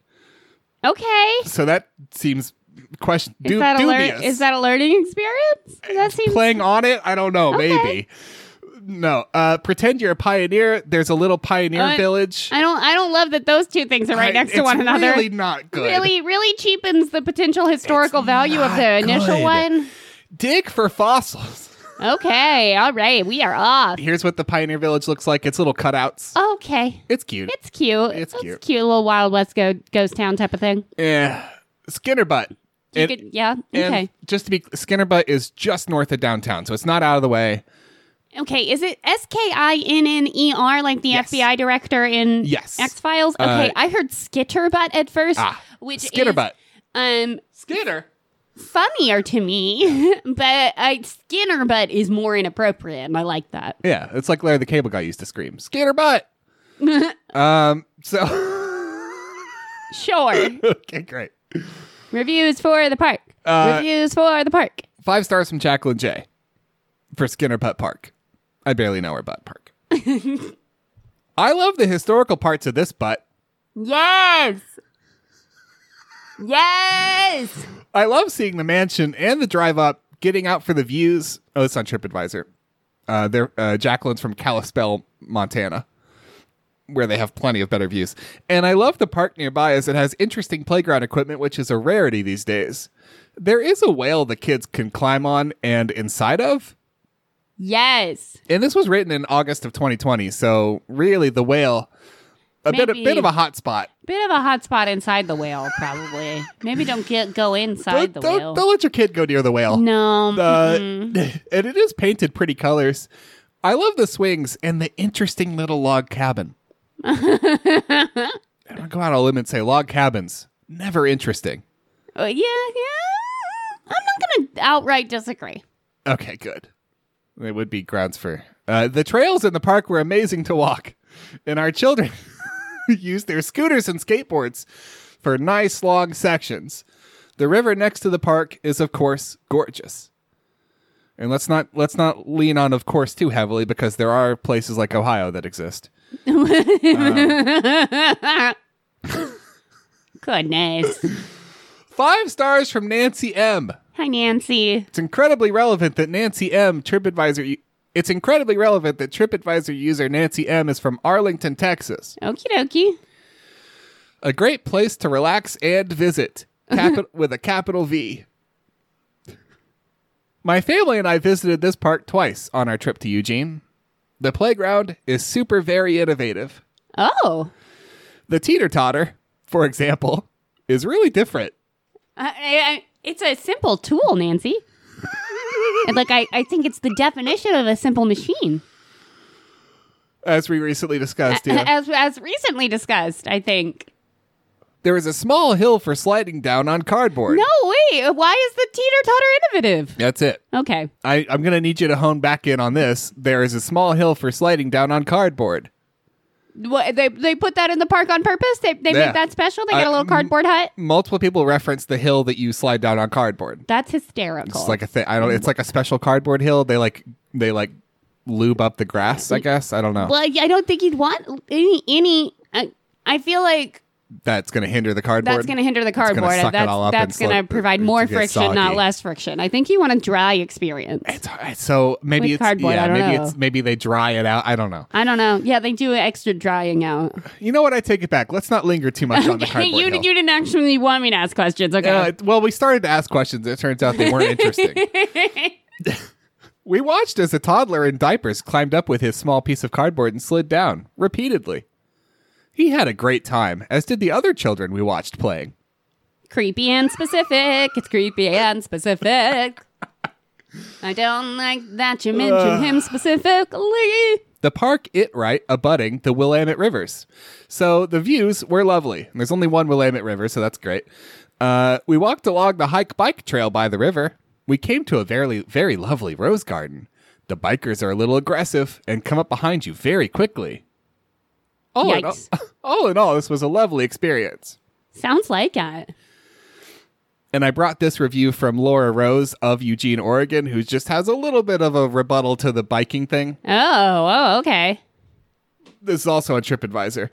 [SPEAKER 2] Okay.
[SPEAKER 1] So that seems question
[SPEAKER 2] Is
[SPEAKER 1] du-
[SPEAKER 2] that a lear-
[SPEAKER 1] dubious.
[SPEAKER 2] is that a learning experience? That seems
[SPEAKER 1] playing on it? I don't know.
[SPEAKER 2] Okay.
[SPEAKER 1] Maybe. No. Uh, pretend you're a pioneer. There's a little pioneer
[SPEAKER 2] Uh,
[SPEAKER 1] village.
[SPEAKER 2] I don't I don't love that those two things are right
[SPEAKER 1] I-
[SPEAKER 2] next to
[SPEAKER 1] it's
[SPEAKER 2] one another.
[SPEAKER 1] Really not good.
[SPEAKER 2] really really cheapens the potential historical value of
[SPEAKER 1] not
[SPEAKER 2] the initial
[SPEAKER 1] good.
[SPEAKER 2] one.
[SPEAKER 1] Dig for fossils.
[SPEAKER 2] Okay, all right, we are off.
[SPEAKER 1] Here's what the pioneer village looks like. It's little cutouts.
[SPEAKER 2] Oh. Okay.
[SPEAKER 1] It's cute.
[SPEAKER 2] It's cute.
[SPEAKER 1] It's cute.
[SPEAKER 2] cute little Wild West go- ghost town type of thing.
[SPEAKER 1] Yeah. Eh, Skinner butt.
[SPEAKER 2] You
[SPEAKER 1] And-
[SPEAKER 2] could- yeah.
[SPEAKER 1] and
[SPEAKER 2] Okay.
[SPEAKER 1] just to be Skinner butt is just north of downtown, so it's not out of the way.
[SPEAKER 2] Okay. Is it S K I N N E R like the
[SPEAKER 1] Yes.
[SPEAKER 2] FBI director in
[SPEAKER 1] Yes.
[SPEAKER 2] X Files? Okay.
[SPEAKER 1] Uh,
[SPEAKER 2] I heard Skitterbutt at first,
[SPEAKER 1] Ah,
[SPEAKER 2] which
[SPEAKER 1] Skinner
[SPEAKER 2] is
[SPEAKER 1] butt.
[SPEAKER 2] um
[SPEAKER 1] Skinner.
[SPEAKER 2] funnier to me, but I, Skinner butt is more inappropriate, and I like that.
[SPEAKER 1] Yeah, it's like Larry the Cable Guy used to scream, "Skinner butt." um. So.
[SPEAKER 2] Sure.
[SPEAKER 1] okay, great.
[SPEAKER 2] Reviews for the park.
[SPEAKER 1] Uh,
[SPEAKER 2] Reviews for the park.
[SPEAKER 1] Five stars from Jacqueline J. For Skinner Butt Park. I barely know her butt park. I love the historical parts of this butt.
[SPEAKER 2] Yes. Yes.
[SPEAKER 1] I love seeing the mansion and the drive up, getting out for the views. Oh, it's on TripAdvisor. Uh, they're, uh, Jacqueline's from Kalispell, Montana, where they have plenty of better views. And I love the park nearby as it has interesting playground equipment, which is a rarity these days. There is a whale the kids can climb on and inside of.
[SPEAKER 2] Yes.
[SPEAKER 1] And this was written in August of 2020, so really the whale, a bit a
[SPEAKER 2] Maybe.
[SPEAKER 1] bit of a hot spot.
[SPEAKER 2] Bit of a hot spot inside the whale, probably. Maybe don't get go
[SPEAKER 1] Don't,
[SPEAKER 2] inside the
[SPEAKER 1] don't,
[SPEAKER 2] whale.
[SPEAKER 1] don't let your kid go near the whale.
[SPEAKER 2] No.
[SPEAKER 1] Uh,
[SPEAKER 2] mm-mm.
[SPEAKER 1] and it is painted pretty colors. I love the swings and the interesting little log cabin. I'm gonna go out on a limb and say log cabins never interesting.
[SPEAKER 2] Oh, yeah, yeah. I'm not gonna outright disagree.
[SPEAKER 1] Okay, good. It would be grounds for uh, the trails in the park were amazing to walk, and our children used their scooters and skateboards for nice long sections. The river next to the park is, of course, gorgeous. And let's not let's not lean on, of course, too heavily because there are places like Ohio that exist.
[SPEAKER 2] Goodness.
[SPEAKER 1] Five stars from Nancy M.
[SPEAKER 2] Hi, Nancy.
[SPEAKER 1] It's incredibly relevant that Nancy M. TripAdvisor. u- It's incredibly relevant that TripAdvisor user Nancy M. is from Arlington, Texas.
[SPEAKER 2] Okie dokie.
[SPEAKER 1] A great place to relax and visit capi- with a capital V. My family and I visited this park twice on our trip to Eugene. The playground is super very innovative.
[SPEAKER 2] Oh,
[SPEAKER 1] The teeter totter, for example, is really different.
[SPEAKER 2] I, I, I- it's a simple tool, Nancy. And, like I, I think it's the definition of a simple machine,
[SPEAKER 1] As we recently discussed, yeah.
[SPEAKER 2] as as recently discussed. I think.
[SPEAKER 1] there is a small hill for sliding down on cardboard.
[SPEAKER 2] No, wait. Why is the teeter totter innovative?
[SPEAKER 1] That's it.
[SPEAKER 2] Okay.
[SPEAKER 1] I, I'm going to need you to hone back in on this. There is a small hill for sliding down on cardboard.
[SPEAKER 2] What, they they put that in the park on purpose. They they
[SPEAKER 1] Yeah.
[SPEAKER 2] make that special. They get
[SPEAKER 1] I-
[SPEAKER 2] a little cardboard hut.
[SPEAKER 1] Multiple people reference the hill that you slide down on cardboard.
[SPEAKER 2] That's hysterical.
[SPEAKER 1] It's like a thing. I don't. It's like a special cardboard hill. They like they like lube up the grass. I guess I don't know.
[SPEAKER 2] Well, I I don't think you'd want any. any uh, I feel like
[SPEAKER 1] That's going to hinder the cardboard.
[SPEAKER 2] that's going to hinder the
[SPEAKER 1] gonna
[SPEAKER 2] cardboard.
[SPEAKER 1] suck it
[SPEAKER 2] that's
[SPEAKER 1] all up
[SPEAKER 2] that's
[SPEAKER 1] and
[SPEAKER 2] going
[SPEAKER 1] slow-
[SPEAKER 2] to provide
[SPEAKER 1] it
[SPEAKER 2] more
[SPEAKER 1] gets
[SPEAKER 2] friction, not
[SPEAKER 1] soggy.
[SPEAKER 2] less friction. I think you want a dry experience.
[SPEAKER 1] It's, it's so maybe
[SPEAKER 2] With
[SPEAKER 1] it's
[SPEAKER 2] cardboard,
[SPEAKER 1] yeah.
[SPEAKER 2] I don't
[SPEAKER 1] maybe
[SPEAKER 2] know.
[SPEAKER 1] it's maybe they dry it out. I don't know.
[SPEAKER 2] I don't know. Yeah, they do extra drying out.
[SPEAKER 1] You know what? I take it back. Let's not linger too much on the
[SPEAKER 2] Hey,
[SPEAKER 1] cardboard
[SPEAKER 2] you
[SPEAKER 1] hill.
[SPEAKER 2] you didn't actually want me to ask questions. Okay.
[SPEAKER 1] Uh, well, we started to ask questions. It turns out they weren't interesting. we watched as a toddler in diapers climbed up with his small piece of cardboard and slid down repeatedly. He had a great time, as did the other children we watched playing.
[SPEAKER 2] creepy and specific. It's creepy and specific. I don't like that you mentioned him specifically.
[SPEAKER 1] The park it right abutting the Willamette Rivers. So the views were lovely. And There's only one Willamette River, so that's great. Uh, we walked along the hike bike trail by the river. We came to a very, very lovely rose garden. The bikers are a little aggressive and come up behind you very quickly. All, in all,
[SPEAKER 2] Yikes.
[SPEAKER 1] all in all, this was a lovely experience.
[SPEAKER 2] Sounds like it.
[SPEAKER 1] And I brought this review from Laura Rose of Eugene, Oregon, who just has a little bit of a rebuttal to the biking thing.
[SPEAKER 2] Oh, oh, okay.
[SPEAKER 1] this is also on TripAdvisor.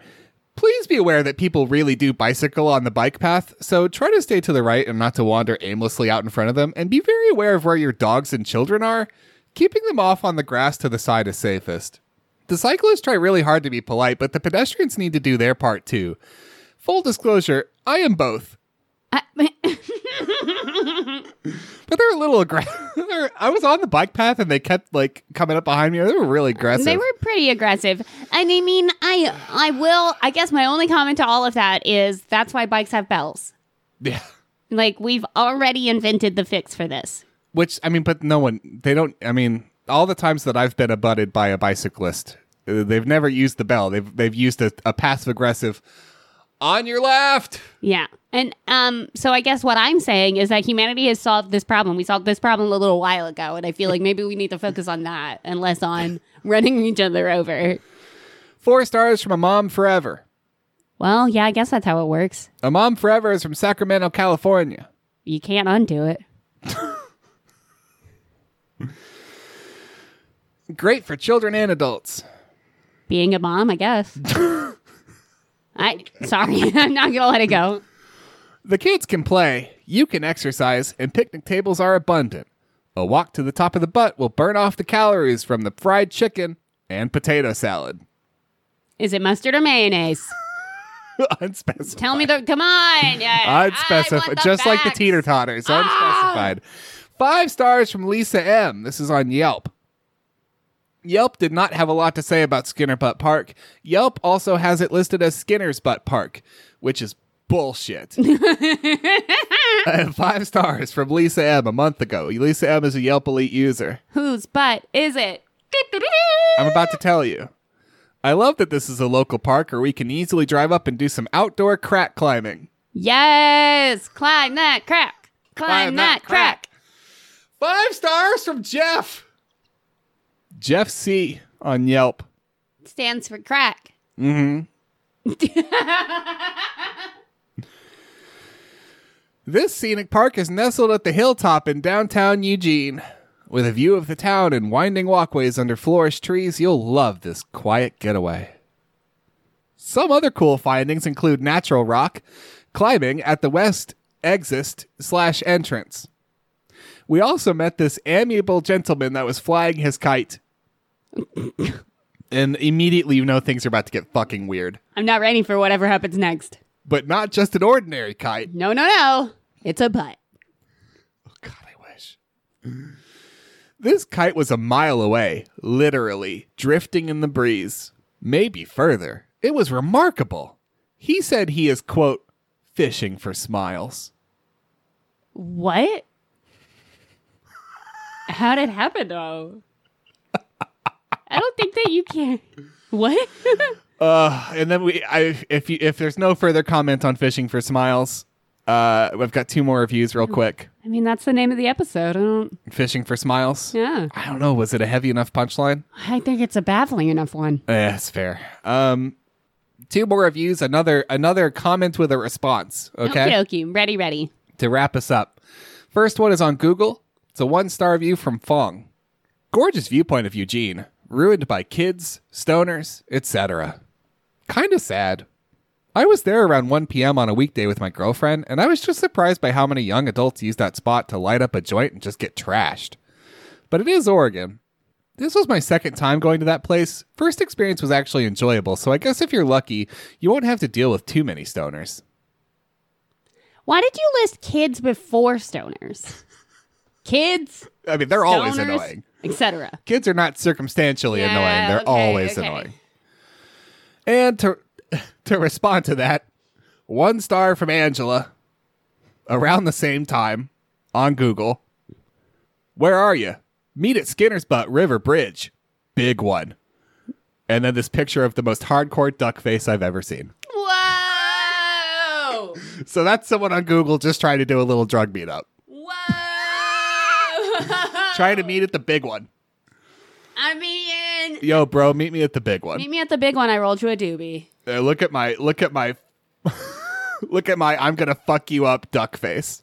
[SPEAKER 1] Please be aware that people really do bicycle on the bike path, so try to stay to the right and not to wander aimlessly out in front of them, and be very aware of where your dogs and children are. Keeping them off on the grass to the side is safest. The cyclists try really hard to be polite, but the pedestrians need to do their part too. Full disclosure, I am both. But they're a little aggressive. I was on the bike path and they kept like coming up behind me. They were really aggressive.
[SPEAKER 2] They were pretty aggressive. And I mean, I I will I guess my only comment to all of that is that's why bikes have bells.
[SPEAKER 1] Yeah.
[SPEAKER 2] Like we've already invented the fix for this.
[SPEAKER 1] Which I mean, but no one. They don't. I mean, all the times that I've been abutted by a bicyclist, uh, they've never used the bell. They've they've used a, a passive aggressive. On your left.
[SPEAKER 2] Yeah. And um so I guess what I'm saying is that humanity has solved this problem. We solved this problem a little while ago and I feel like maybe we need to focus on that and less on running each other over.
[SPEAKER 1] Four stars from a mom forever.
[SPEAKER 2] Well, yeah, I guess that's how it works.
[SPEAKER 1] A mom forever is from Sacramento, California.
[SPEAKER 2] You can't undo it.
[SPEAKER 1] Great for children and adults.
[SPEAKER 2] Being a mom, I guess. I sorry, I'm not gonna let it go.
[SPEAKER 1] The kids can play, you can exercise, and picnic tables are abundant. A walk to the top of the butt will burn off the calories from the fried chicken and potato salad.
[SPEAKER 2] Is it mustard or mayonnaise?
[SPEAKER 1] Unspecified.
[SPEAKER 2] Tell me the. Come on. Yeah. I
[SPEAKER 1] unspecified,
[SPEAKER 2] want the
[SPEAKER 1] just like the
[SPEAKER 2] facts. Ah.
[SPEAKER 1] teeter totters. Unspecified. Five stars from Lisa M. This is on Yelp. Yelp did not have a lot to say about Skinner Butt Park. Yelp also has it listed as Skinner's Butt Park, which is bullshit. Uh, five stars from Lisa M. a month ago. Lisa M. is a Yelp Elite user.
[SPEAKER 2] Whose butt is it?
[SPEAKER 1] I'm about to tell you. I love that this is a local park where we can easily drive up and do some outdoor crack climbing.
[SPEAKER 2] Yes. Climb that crack. Climb, that, crack.
[SPEAKER 1] Five stars from Jeff. Jeff C on Yelp.
[SPEAKER 2] Stands for crack.
[SPEAKER 1] This scenic park is nestled at the hilltop in downtown Eugene. With a view of the town and winding walkways under flourished trees, you'll love this quiet getaway. Some other cool findings include natural rock, climbing at the west exit slash entrance. We also met this amiable gentleman that was flying his kite. and immediately you know things are about to get fucking weird.
[SPEAKER 2] I'm not ready for whatever happens next.
[SPEAKER 1] But not just an ordinary kite.
[SPEAKER 2] No, no, no. It's a butt.
[SPEAKER 1] God, I wish. This kite was a mile away, literally, drifting in the breeze. Maybe further. It was remarkable. He said he is, quote, fishing for smiles.
[SPEAKER 2] What? How did it happen though? I don't think that you can. What?
[SPEAKER 1] Uh, and then we, I, if you, if there's no further comment on fishing for smiles, uh, I've got two more reviews real quick.
[SPEAKER 2] I mean, that's the name of the episode. I don't.
[SPEAKER 1] Fishing for smiles.
[SPEAKER 2] Yeah.
[SPEAKER 1] I don't know. Was it a heavy enough punchline?
[SPEAKER 2] I think it's a baffling enough one.
[SPEAKER 1] Yeah, that's fair. Um, two more reviews. Another another comment with a response. Okay.
[SPEAKER 2] Okie dokie. Ready, ready.
[SPEAKER 1] to wrap us up. First one is on Google. It's a one star review from Fong. Gorgeous viewpoint of Eugene, ruined by kids, stoners, etc. Kind of sad. I was there around 1 p.m. on a weekday with my girlfriend, and I was just surprised by how many young adults use that spot to light up a joint and just get trashed. But it is Oregon. This was my second time going to that place. First experience was actually enjoyable, so I guess if you're lucky, you won't have to deal with too many stoners.
[SPEAKER 2] Why did you list kids before stoners? Kids,
[SPEAKER 1] I mean, they're always
[SPEAKER 2] stoners,
[SPEAKER 1] annoying.
[SPEAKER 2] etc.
[SPEAKER 1] kids are not circumstantially
[SPEAKER 2] Yeah,
[SPEAKER 1] annoying they're
[SPEAKER 2] okay,
[SPEAKER 1] always
[SPEAKER 2] okay.
[SPEAKER 1] annoying and to to respond to that one star from angela around the same time on google where are you meet at skinner's butt river bridge big one and then this picture of the most hardcore duck face i've ever seen
[SPEAKER 2] Whoa!
[SPEAKER 1] so that's someone on google just trying to do a little drug meetup
[SPEAKER 2] Whoa!
[SPEAKER 1] trying to meet at the big one
[SPEAKER 2] I mean,
[SPEAKER 1] yo bro meet me at the big one
[SPEAKER 2] meet me at the big one. I rolled you a doobie.
[SPEAKER 1] Uh, look at my look at my look at my I'm gonna fuck you up duck face.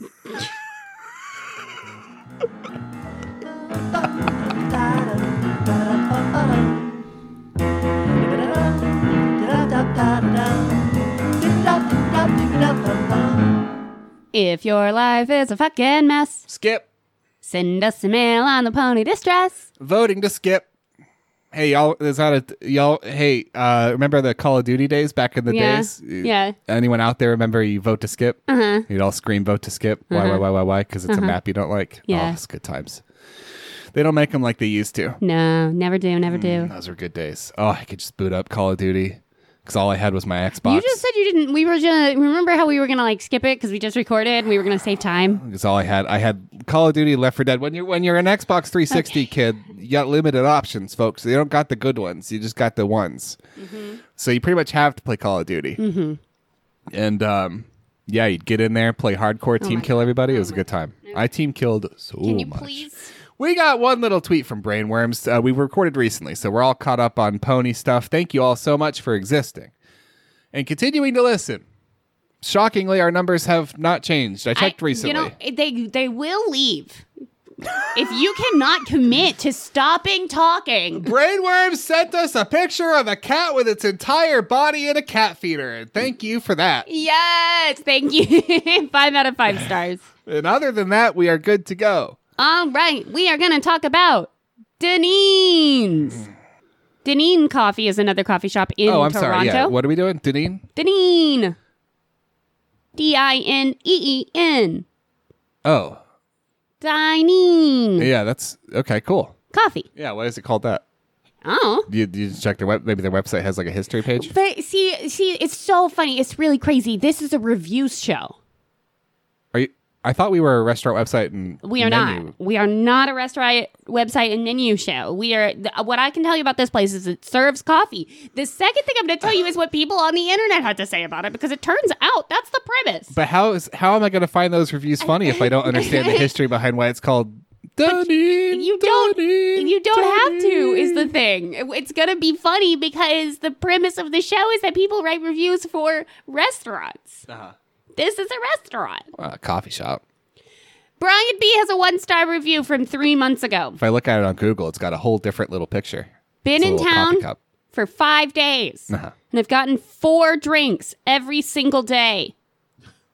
[SPEAKER 4] Da da da da da da da da da da da da da da da da
[SPEAKER 2] If your life is a fucking mess,
[SPEAKER 1] Skip.
[SPEAKER 2] send us a mail on the pony distress.
[SPEAKER 1] Voting to skip. Hey y'all, is that a y'all? Hey, uh, remember the Call of Duty days back in the
[SPEAKER 2] Yeah.
[SPEAKER 1] days?
[SPEAKER 2] Yeah.
[SPEAKER 1] Anyone out there remember you vote to skip? Uh-huh. You'd all scream vote to skip. Why why why why why? Because it's a map you don't like.
[SPEAKER 2] Uh-huh. Yeah.
[SPEAKER 1] oh, it's good times. They don't make them like they used to.
[SPEAKER 2] No, never do, never do.
[SPEAKER 1] Those were good days. Oh, I could just boot up Call of Duty because all I had was my Xbox.
[SPEAKER 2] You just said you didn't. We were gonna remember how we were gonna like skip it because we just recorded and we were gonna save time.
[SPEAKER 1] Because all I had, I had Call of Duty, Left for Dead. When you're when you're an Xbox 360 kid, you got limited options, folks. You don't got the good ones. You just got the ones. So you pretty much have to play Call of Duty. Mm-hmm. And um, yeah, you'd get in there, play hardcore, team kill everybody. It was a good time. I team killed so
[SPEAKER 3] Can you
[SPEAKER 1] much.
[SPEAKER 3] please?
[SPEAKER 1] We got one little tweet from Brainworms. Uh, we recorded recently, so we're all caught up on pony stuff. Thank you all so much for existing and continuing to listen. Shockingly, our numbers have not changed. I checked
[SPEAKER 2] I-
[SPEAKER 1] recently.
[SPEAKER 2] You know, it- they they will leave if you cannot commit to stopping talking.
[SPEAKER 1] Brainworm sent us a picture of a cat with its entire body in a cat feeder, and thank you for that.
[SPEAKER 2] Yes, thank you. five out of five stars.
[SPEAKER 1] And other than that, we are good to go.
[SPEAKER 2] All right, we are gonna talk about Deneen's. Deneen Coffee is another coffee shop in
[SPEAKER 1] oh, I'm
[SPEAKER 2] Toronto.
[SPEAKER 1] sorry. Yeah, what are we doing, Deneen?
[SPEAKER 2] Deneen. D I N E E N.
[SPEAKER 1] Oh,
[SPEAKER 2] Dining.
[SPEAKER 1] yeah, that's okay. Cool.
[SPEAKER 2] Coffee.
[SPEAKER 1] Yeah, why is it called that?
[SPEAKER 2] Oh.
[SPEAKER 1] You, you just check their web. Maybe their website has like a history page.
[SPEAKER 2] But see, see, it's so funny. It's really crazy. This is a review show.
[SPEAKER 1] Are you? I thought we were a restaurant website, and
[SPEAKER 2] We are
[SPEAKER 1] menu.
[SPEAKER 2] not. We are not a restaurant website and menu show. We are. Th- what I can tell you about this place is it serves coffee. The second thing I'm going to tell you is what people on the internet had to say about it because it turns out that's the premise.
[SPEAKER 1] But how is how am I going to find those reviews funny if I don't understand the history behind why it's called? Dunedin,
[SPEAKER 2] you don't
[SPEAKER 1] Dunedin,
[SPEAKER 2] you don't have to
[SPEAKER 1] Dunedin.
[SPEAKER 2] is the thing It- it's gonna be funny because the premise of the show is that people write reviews for restaurants this is a restaurant
[SPEAKER 1] Uh, coffee shop.
[SPEAKER 2] brian b has a one-star review from three months ago
[SPEAKER 1] If I look at it on Google, it's got a whole different little picture.
[SPEAKER 2] been
[SPEAKER 1] It's a
[SPEAKER 2] in
[SPEAKER 1] little coffee
[SPEAKER 2] town
[SPEAKER 1] cup.
[SPEAKER 2] for five days
[SPEAKER 1] Uh-huh.
[SPEAKER 2] and i've gotten four drinks every single day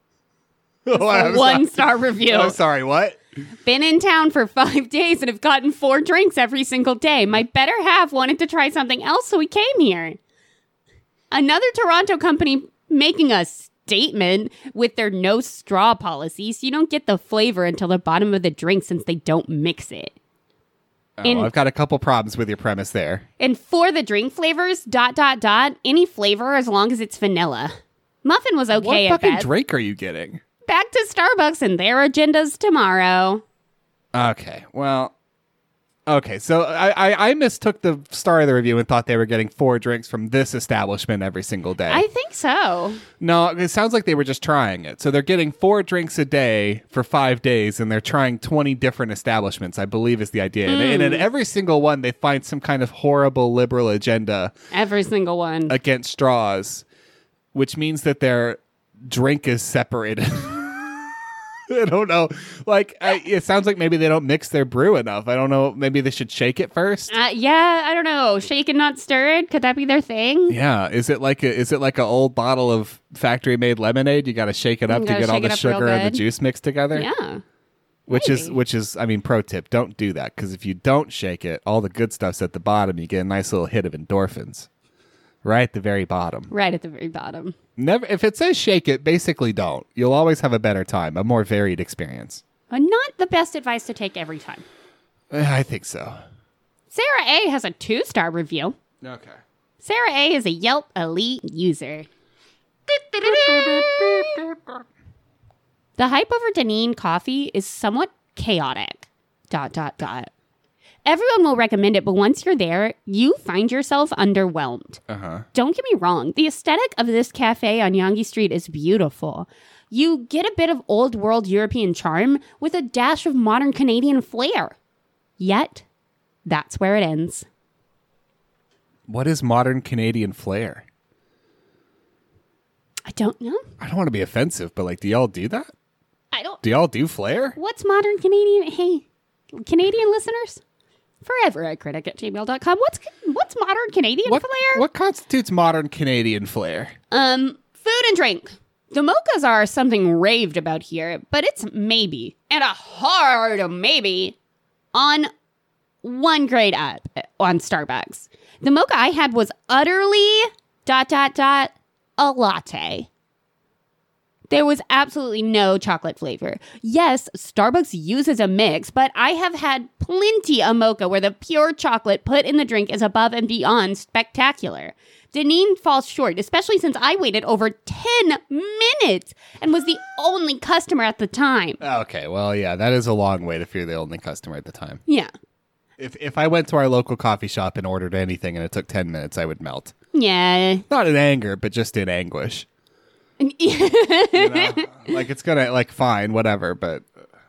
[SPEAKER 1] Oh, I'm sorry.
[SPEAKER 2] one star review
[SPEAKER 1] I'm sorry. What?
[SPEAKER 2] been in town for five days and have gotten four drinks every single
[SPEAKER 1] Mm-hmm.
[SPEAKER 2] day. My better half wanted to try something else, so we came here. Another Toronto company making a statement with their no straw policy, so you don't get the flavor until the bottom of the drink since they don't mix it.
[SPEAKER 1] Oh,
[SPEAKER 2] In-
[SPEAKER 1] I've got a couple problems with your premise there.
[SPEAKER 2] And for the drink flavors, dot dot dot, any flavor as long as it's vanilla. Muffin was okay
[SPEAKER 1] what
[SPEAKER 2] at
[SPEAKER 1] fucking
[SPEAKER 2] best.
[SPEAKER 1] drink are you getting?
[SPEAKER 2] Back to Starbucks and their agendas tomorrow.
[SPEAKER 1] Okay. Well. Okay, so I, I, I mistook the star of the review and thought they were getting four drinks from this establishment every single day.
[SPEAKER 2] I think so.
[SPEAKER 1] No, it sounds like they were just trying it. So they're getting four drinks a day for five days, and they're trying 20 different establishments, I believe is the idea. And,
[SPEAKER 2] Hmm.
[SPEAKER 1] and in every single one, they find some kind of horrible liberal agenda
[SPEAKER 2] Every single one.
[SPEAKER 1] against straws, which means that their drink is separated. I don't know. Like, I, it sounds like maybe they don't mix their brew enough. I don't know. Maybe they should shake it first.
[SPEAKER 2] Uh, yeah, I don't know. Shake and not stirred. Could that be their thing?
[SPEAKER 1] Yeah, is it like a, is it like an old bottle of factory made lemonade? You got to shake it up to
[SPEAKER 2] gotta
[SPEAKER 1] get all
[SPEAKER 2] shake
[SPEAKER 1] the
[SPEAKER 2] it up real
[SPEAKER 1] sugar and the
[SPEAKER 2] good.
[SPEAKER 1] juice mixed together.
[SPEAKER 2] Yeah.
[SPEAKER 1] which is
[SPEAKER 2] maybe.
[SPEAKER 1] which is I mean, pro tip: don't do that because if you don't shake it, all the good stuff's at the bottom. You get a nice little hit of endorphins, right at the very bottom.
[SPEAKER 2] Right at the very bottom.
[SPEAKER 1] Never if it says shake it, basically don't. You'll always have a better time, a more varied experience.
[SPEAKER 2] But not the best advice to take every time.
[SPEAKER 1] Eh, I think so.
[SPEAKER 2] Sarah A has a two star review.
[SPEAKER 1] Okay.
[SPEAKER 2] Sarah A is a Yelp elite user. The hype over Deneen coffee is somewhat chaotic. Dot dot dot. Everyone will recommend it, but once you're there, you find yourself underwhelmed.
[SPEAKER 1] Uh huh.
[SPEAKER 2] Don't get me wrong, the aesthetic of this cafe on Yonge Street is beautiful. You get a bit of old world European charm with a dash of modern Canadian flair. Yet, that's where it ends.
[SPEAKER 1] What is modern Canadian flair?
[SPEAKER 2] I don't know.
[SPEAKER 1] I don't want to be offensive, but like, do y'all do that?
[SPEAKER 2] I don't.
[SPEAKER 1] Do y'all do flair?
[SPEAKER 2] What's modern Canadian? Hey, Canadian listeners, forever at critic at gmail.com. What's, what's modern Canadian flair?
[SPEAKER 1] What constitutes modern Canadian flair?
[SPEAKER 2] Um, food and drink. The mochas are something raved about here, but it's maybe, and a hard maybe, on one grade up on Starbucks. The mocha I had was utterly dot dot dot a latte. There was absolutely no chocolate flavor. Yes, Starbucks uses a mix, but I have had plenty of mocha where the pure chocolate put in the drink is above and beyond spectacular. Deneen falls short, especially since I waited over 10 minutes and was the only customer at the time.
[SPEAKER 1] Okay, well, yeah, that is a long wait if you're the only customer at the time.
[SPEAKER 2] Yeah.
[SPEAKER 1] If if I went to our local coffee shop and ordered anything and it took ten minutes, I would melt.
[SPEAKER 2] Yeah.
[SPEAKER 1] Not in anger, but just in anguish. You know? like it's gonna like fine, whatever, but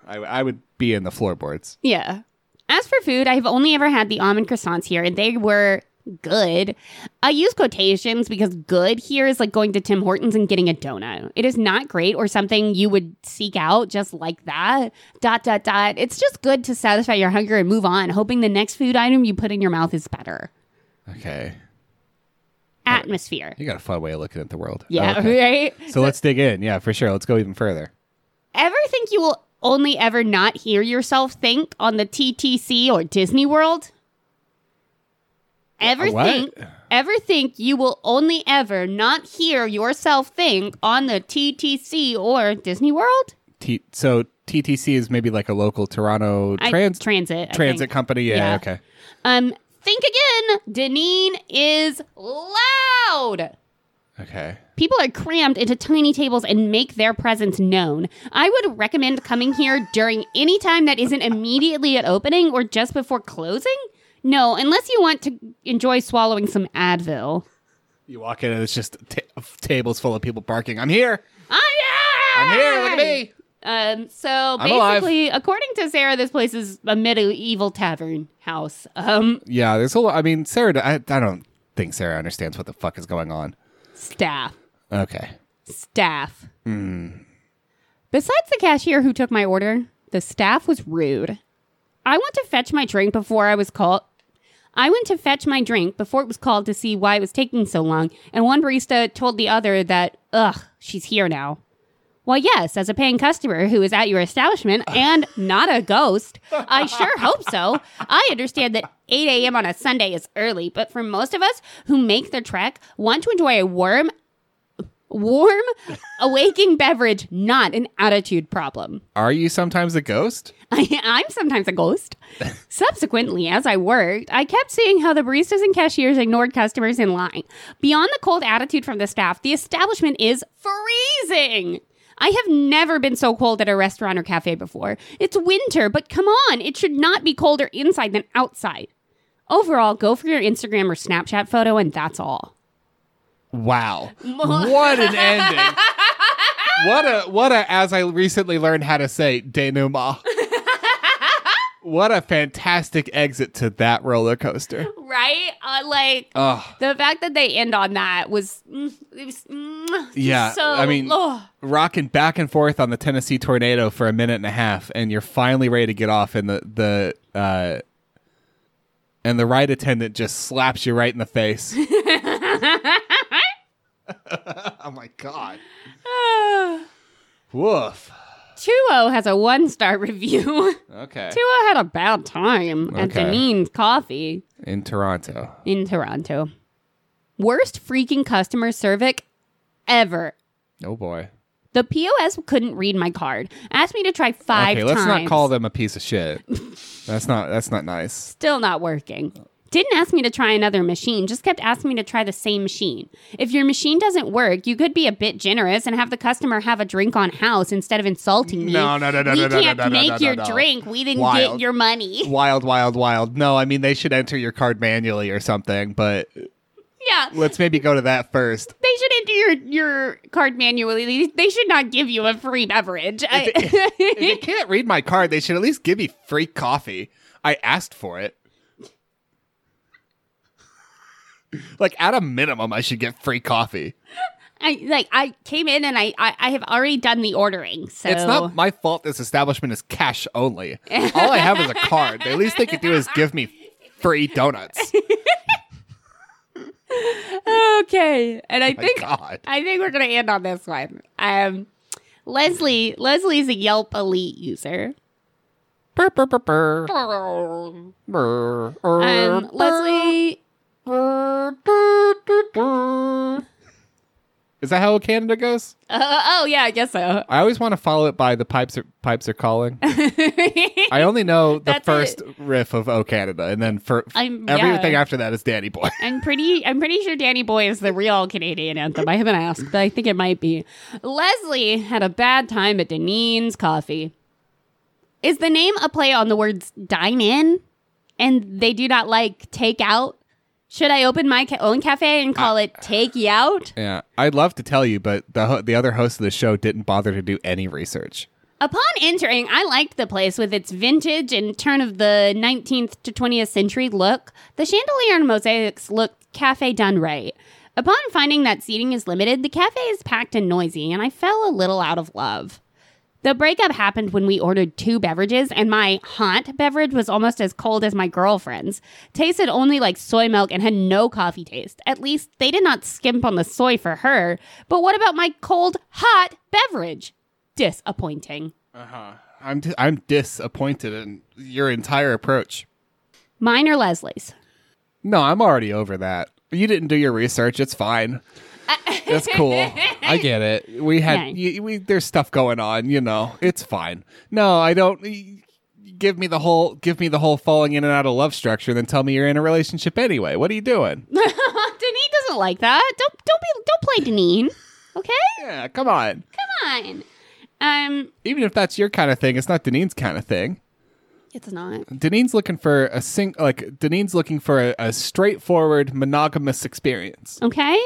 [SPEAKER 1] I I would be in the floorboards.
[SPEAKER 2] Yeah. As for food, I've only ever had the almond croissants here, and they were good. I use quotations because good here is like going to Tim Hortons and getting a donut. It is not great or something you would seek out just like that. Dot, dot, dot. It's just good to satisfy your hunger and move on, hoping the next food item you put in your mouth is better.
[SPEAKER 1] Okay.
[SPEAKER 2] Atmosphere.
[SPEAKER 1] You got a fun way of looking at the world.
[SPEAKER 2] Yeah,
[SPEAKER 1] Oh, okay.
[SPEAKER 2] right?
[SPEAKER 1] So let's dig in. Yeah, for sure. Let's go even further.
[SPEAKER 2] ever think you will only ever not hear yourself think on the TTC or Disney World? Ever
[SPEAKER 1] What?
[SPEAKER 2] think ever think you will only ever not hear yourself think on the TTC or Disney World?
[SPEAKER 1] T- so TTC is maybe like a local Toronto
[SPEAKER 2] I-
[SPEAKER 1] trans
[SPEAKER 2] transit. I
[SPEAKER 1] transit
[SPEAKER 2] think.
[SPEAKER 1] company. Yeah,
[SPEAKER 2] Yeah.
[SPEAKER 1] Okay.
[SPEAKER 2] Um think again. Deneen is loud.
[SPEAKER 1] Okay.
[SPEAKER 2] People are crammed into tiny tables and make their presence known. I would recommend coming here during any time that isn't immediately at opening or just before closing. No, unless you want to enjoy swallowing some Advil.
[SPEAKER 1] You walk in and it's just t- tables full of people barking. I'm here.
[SPEAKER 2] I'm
[SPEAKER 1] I'm here. Look at me.
[SPEAKER 2] Ah, Um, so
[SPEAKER 1] I'm alive.
[SPEAKER 2] basically, according to Sarah, this place is a medieval tavern house. Um,
[SPEAKER 1] Yeah, there's a lot. I mean, Sarah. I, I don't think Sarah understands what the fuck is going on.
[SPEAKER 2] staff.
[SPEAKER 1] Okay.
[SPEAKER 2] staff. Besides the cashier who took my order, the staff was rude. I went to fetch my drink before I was called. I went to fetch my drink before it was called to see why it was taking so long, and one barista told the other that, ugh, she's here now. Well, yes, as a paying customer who is at your establishment and not a ghost, I sure hope so. I understand that 8 a.m. on a Sunday is early, but for most of us who make the trek, want to enjoy a warm warm awaking beverage not an attitude problem
[SPEAKER 1] Are you sometimes a ghost?
[SPEAKER 2] I, i'm sometimes a ghost subsequently as i worked i kept seeing how the baristas and cashiers ignored customers in line beyond the cold attitude from the staff the establishment is freezing I have never been so cold at a restaurant or cafe before. It's winter, but come on, it should not be colder inside than outside. Overall, go for your Instagram or Snapchat photo, and that's all.
[SPEAKER 1] Wow. what an ending. What a what a as I recently learned how to say denouement. what a fantastic exit to that roller coaster.
[SPEAKER 2] Right? Uh, like,
[SPEAKER 1] Oh,
[SPEAKER 2] The fact that they end on that was, mm, it was mm, just
[SPEAKER 1] Yeah,
[SPEAKER 2] So
[SPEAKER 1] I mean-
[SPEAKER 2] oh.
[SPEAKER 1] rocking back and forth on the Tennessee tornado for a minute and a half and you're finally ready to get off and the the uh and the ride attendant just slaps you right in the face. oh my god. Woof.
[SPEAKER 2] Chuo has a one star review.
[SPEAKER 1] Okay.
[SPEAKER 2] Chuo had a bad time at
[SPEAKER 1] Okay.
[SPEAKER 2] Deneen's Coffee
[SPEAKER 1] In Toronto.
[SPEAKER 2] in Toronto. Worst freaking customer service ever.
[SPEAKER 1] Oh boy.
[SPEAKER 2] The POS couldn't read my card. Asked me to try five
[SPEAKER 1] okay,
[SPEAKER 2] times.
[SPEAKER 1] let's not call them a piece of shit. that's not that's not nice.
[SPEAKER 2] Still not working. Didn't ask me to try another machine, just kept asking me to try the same machine. If your machine doesn't work, you could be a bit generous and have the customer have a drink on house instead of insulting me.
[SPEAKER 1] No, no, no, no,
[SPEAKER 2] We
[SPEAKER 1] no, no,
[SPEAKER 2] can't
[SPEAKER 1] no, no,
[SPEAKER 2] make
[SPEAKER 1] no,
[SPEAKER 2] your
[SPEAKER 1] no, no.
[SPEAKER 2] drink. We didn't
[SPEAKER 1] Wild.
[SPEAKER 2] get your money.
[SPEAKER 1] Wild, wild, wild. No, I mean they should enter your card manually or something, but
[SPEAKER 2] Yeah.
[SPEAKER 1] let's maybe go to that first.
[SPEAKER 2] They should enter your, your card manually. They should not give you a free beverage. I-
[SPEAKER 1] If you can't read my card, they should at least give me free coffee. I asked for it. like at a minimum, I should get free coffee.
[SPEAKER 2] I like I came in and I, I I have already done the ordering. So
[SPEAKER 1] It's not my fault this establishment is cash only. All I have is a card. The least they could do is give me free donuts.
[SPEAKER 2] okay. And
[SPEAKER 1] Oh
[SPEAKER 2] I think
[SPEAKER 1] God.
[SPEAKER 2] I think we're gonna end on this one. Um Leslie Leslie's a Yelp elite user.
[SPEAKER 1] Brr, brr, brr, brr.
[SPEAKER 2] Um,
[SPEAKER 1] Brr, brr, brr,
[SPEAKER 2] Leslie
[SPEAKER 1] brr, brr, brr, brr. Is that how Canada goes?
[SPEAKER 2] uh, oh yeah, I guess so.
[SPEAKER 1] I always want to follow it by the pipes are pipes are calling. I only know the
[SPEAKER 2] That's
[SPEAKER 1] first riff of "O Canada," and then for
[SPEAKER 2] I'm-
[SPEAKER 1] everything
[SPEAKER 2] yeah.
[SPEAKER 1] after that is Danny Boy.
[SPEAKER 2] I'm pretty I'm pretty sure Danny Boy is the real Canadian anthem. I haven't asked, but I think it might be. Leslie had a bad time at Deneen's coffee. Is the name a play on the words dine in? And they do not like take out? Should I open my ca- own cafe and call it Take You Out?
[SPEAKER 1] yeah, I'd love to tell you, but the ho- the other host of the show didn't bother to do any research.
[SPEAKER 2] Upon entering, I liked the place with its vintage and turn of the 19th to 20th century look. The chandelier and mosaics looked cafe done right. Upon finding that seating is limited, the cafe is packed and noisy, and I fell a little out of love. The breakup happened when we ordered two beverages, and my haunt beverage was almost as cold as my girlfriend's. Tasted only like soy milk and had no coffee taste. At least they did not skimp on the soy for her. But what about my cold, hot beverage? Disappointing.
[SPEAKER 1] I'm di- I'm disappointed in your entire approach.
[SPEAKER 2] Mine or Leslie's?
[SPEAKER 1] No, I'm already over that. You didn't do your research. It's fine. It's cool. I get it. We
[SPEAKER 2] Yeah.
[SPEAKER 1] had y we there's stuff going on, you know. It's fine. No, I don't y- give me the whole give me the whole falling in and out of love structure then tell me you're in a relationship anyway. What are you doing?
[SPEAKER 2] Deneen doesn't like that. Don't don't be don't play Deneen. Okay,
[SPEAKER 1] yeah, come on.
[SPEAKER 2] come on. Um,
[SPEAKER 1] Even if that's your kind of thing, it's not Deneen's kind of thing.
[SPEAKER 2] it's not.
[SPEAKER 1] Deneen's looking for a sing like Deneen's looking for a, a straightforward monogamous experience.
[SPEAKER 2] Okay.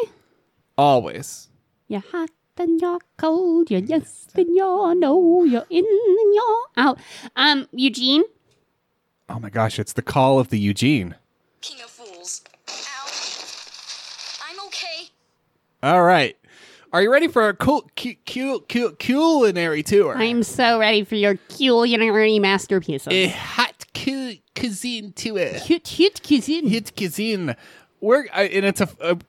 [SPEAKER 1] Always.
[SPEAKER 2] You're hot and you're cold. You're yes and you're no. You're in and you're out. Um, Eugene.
[SPEAKER 1] Oh my gosh, it's the call of the Eugene.
[SPEAKER 3] King of fools. Ow. I'm okay.
[SPEAKER 1] All right. Are you ready for a cool, cu- cu- cu- culinary tour?
[SPEAKER 2] I'm so ready for your culinary masterpieces.
[SPEAKER 1] a hot cu- cuisine tour.
[SPEAKER 2] Cute, cute cuisine.
[SPEAKER 1] Hit cuisine. We're uh, and it's a, a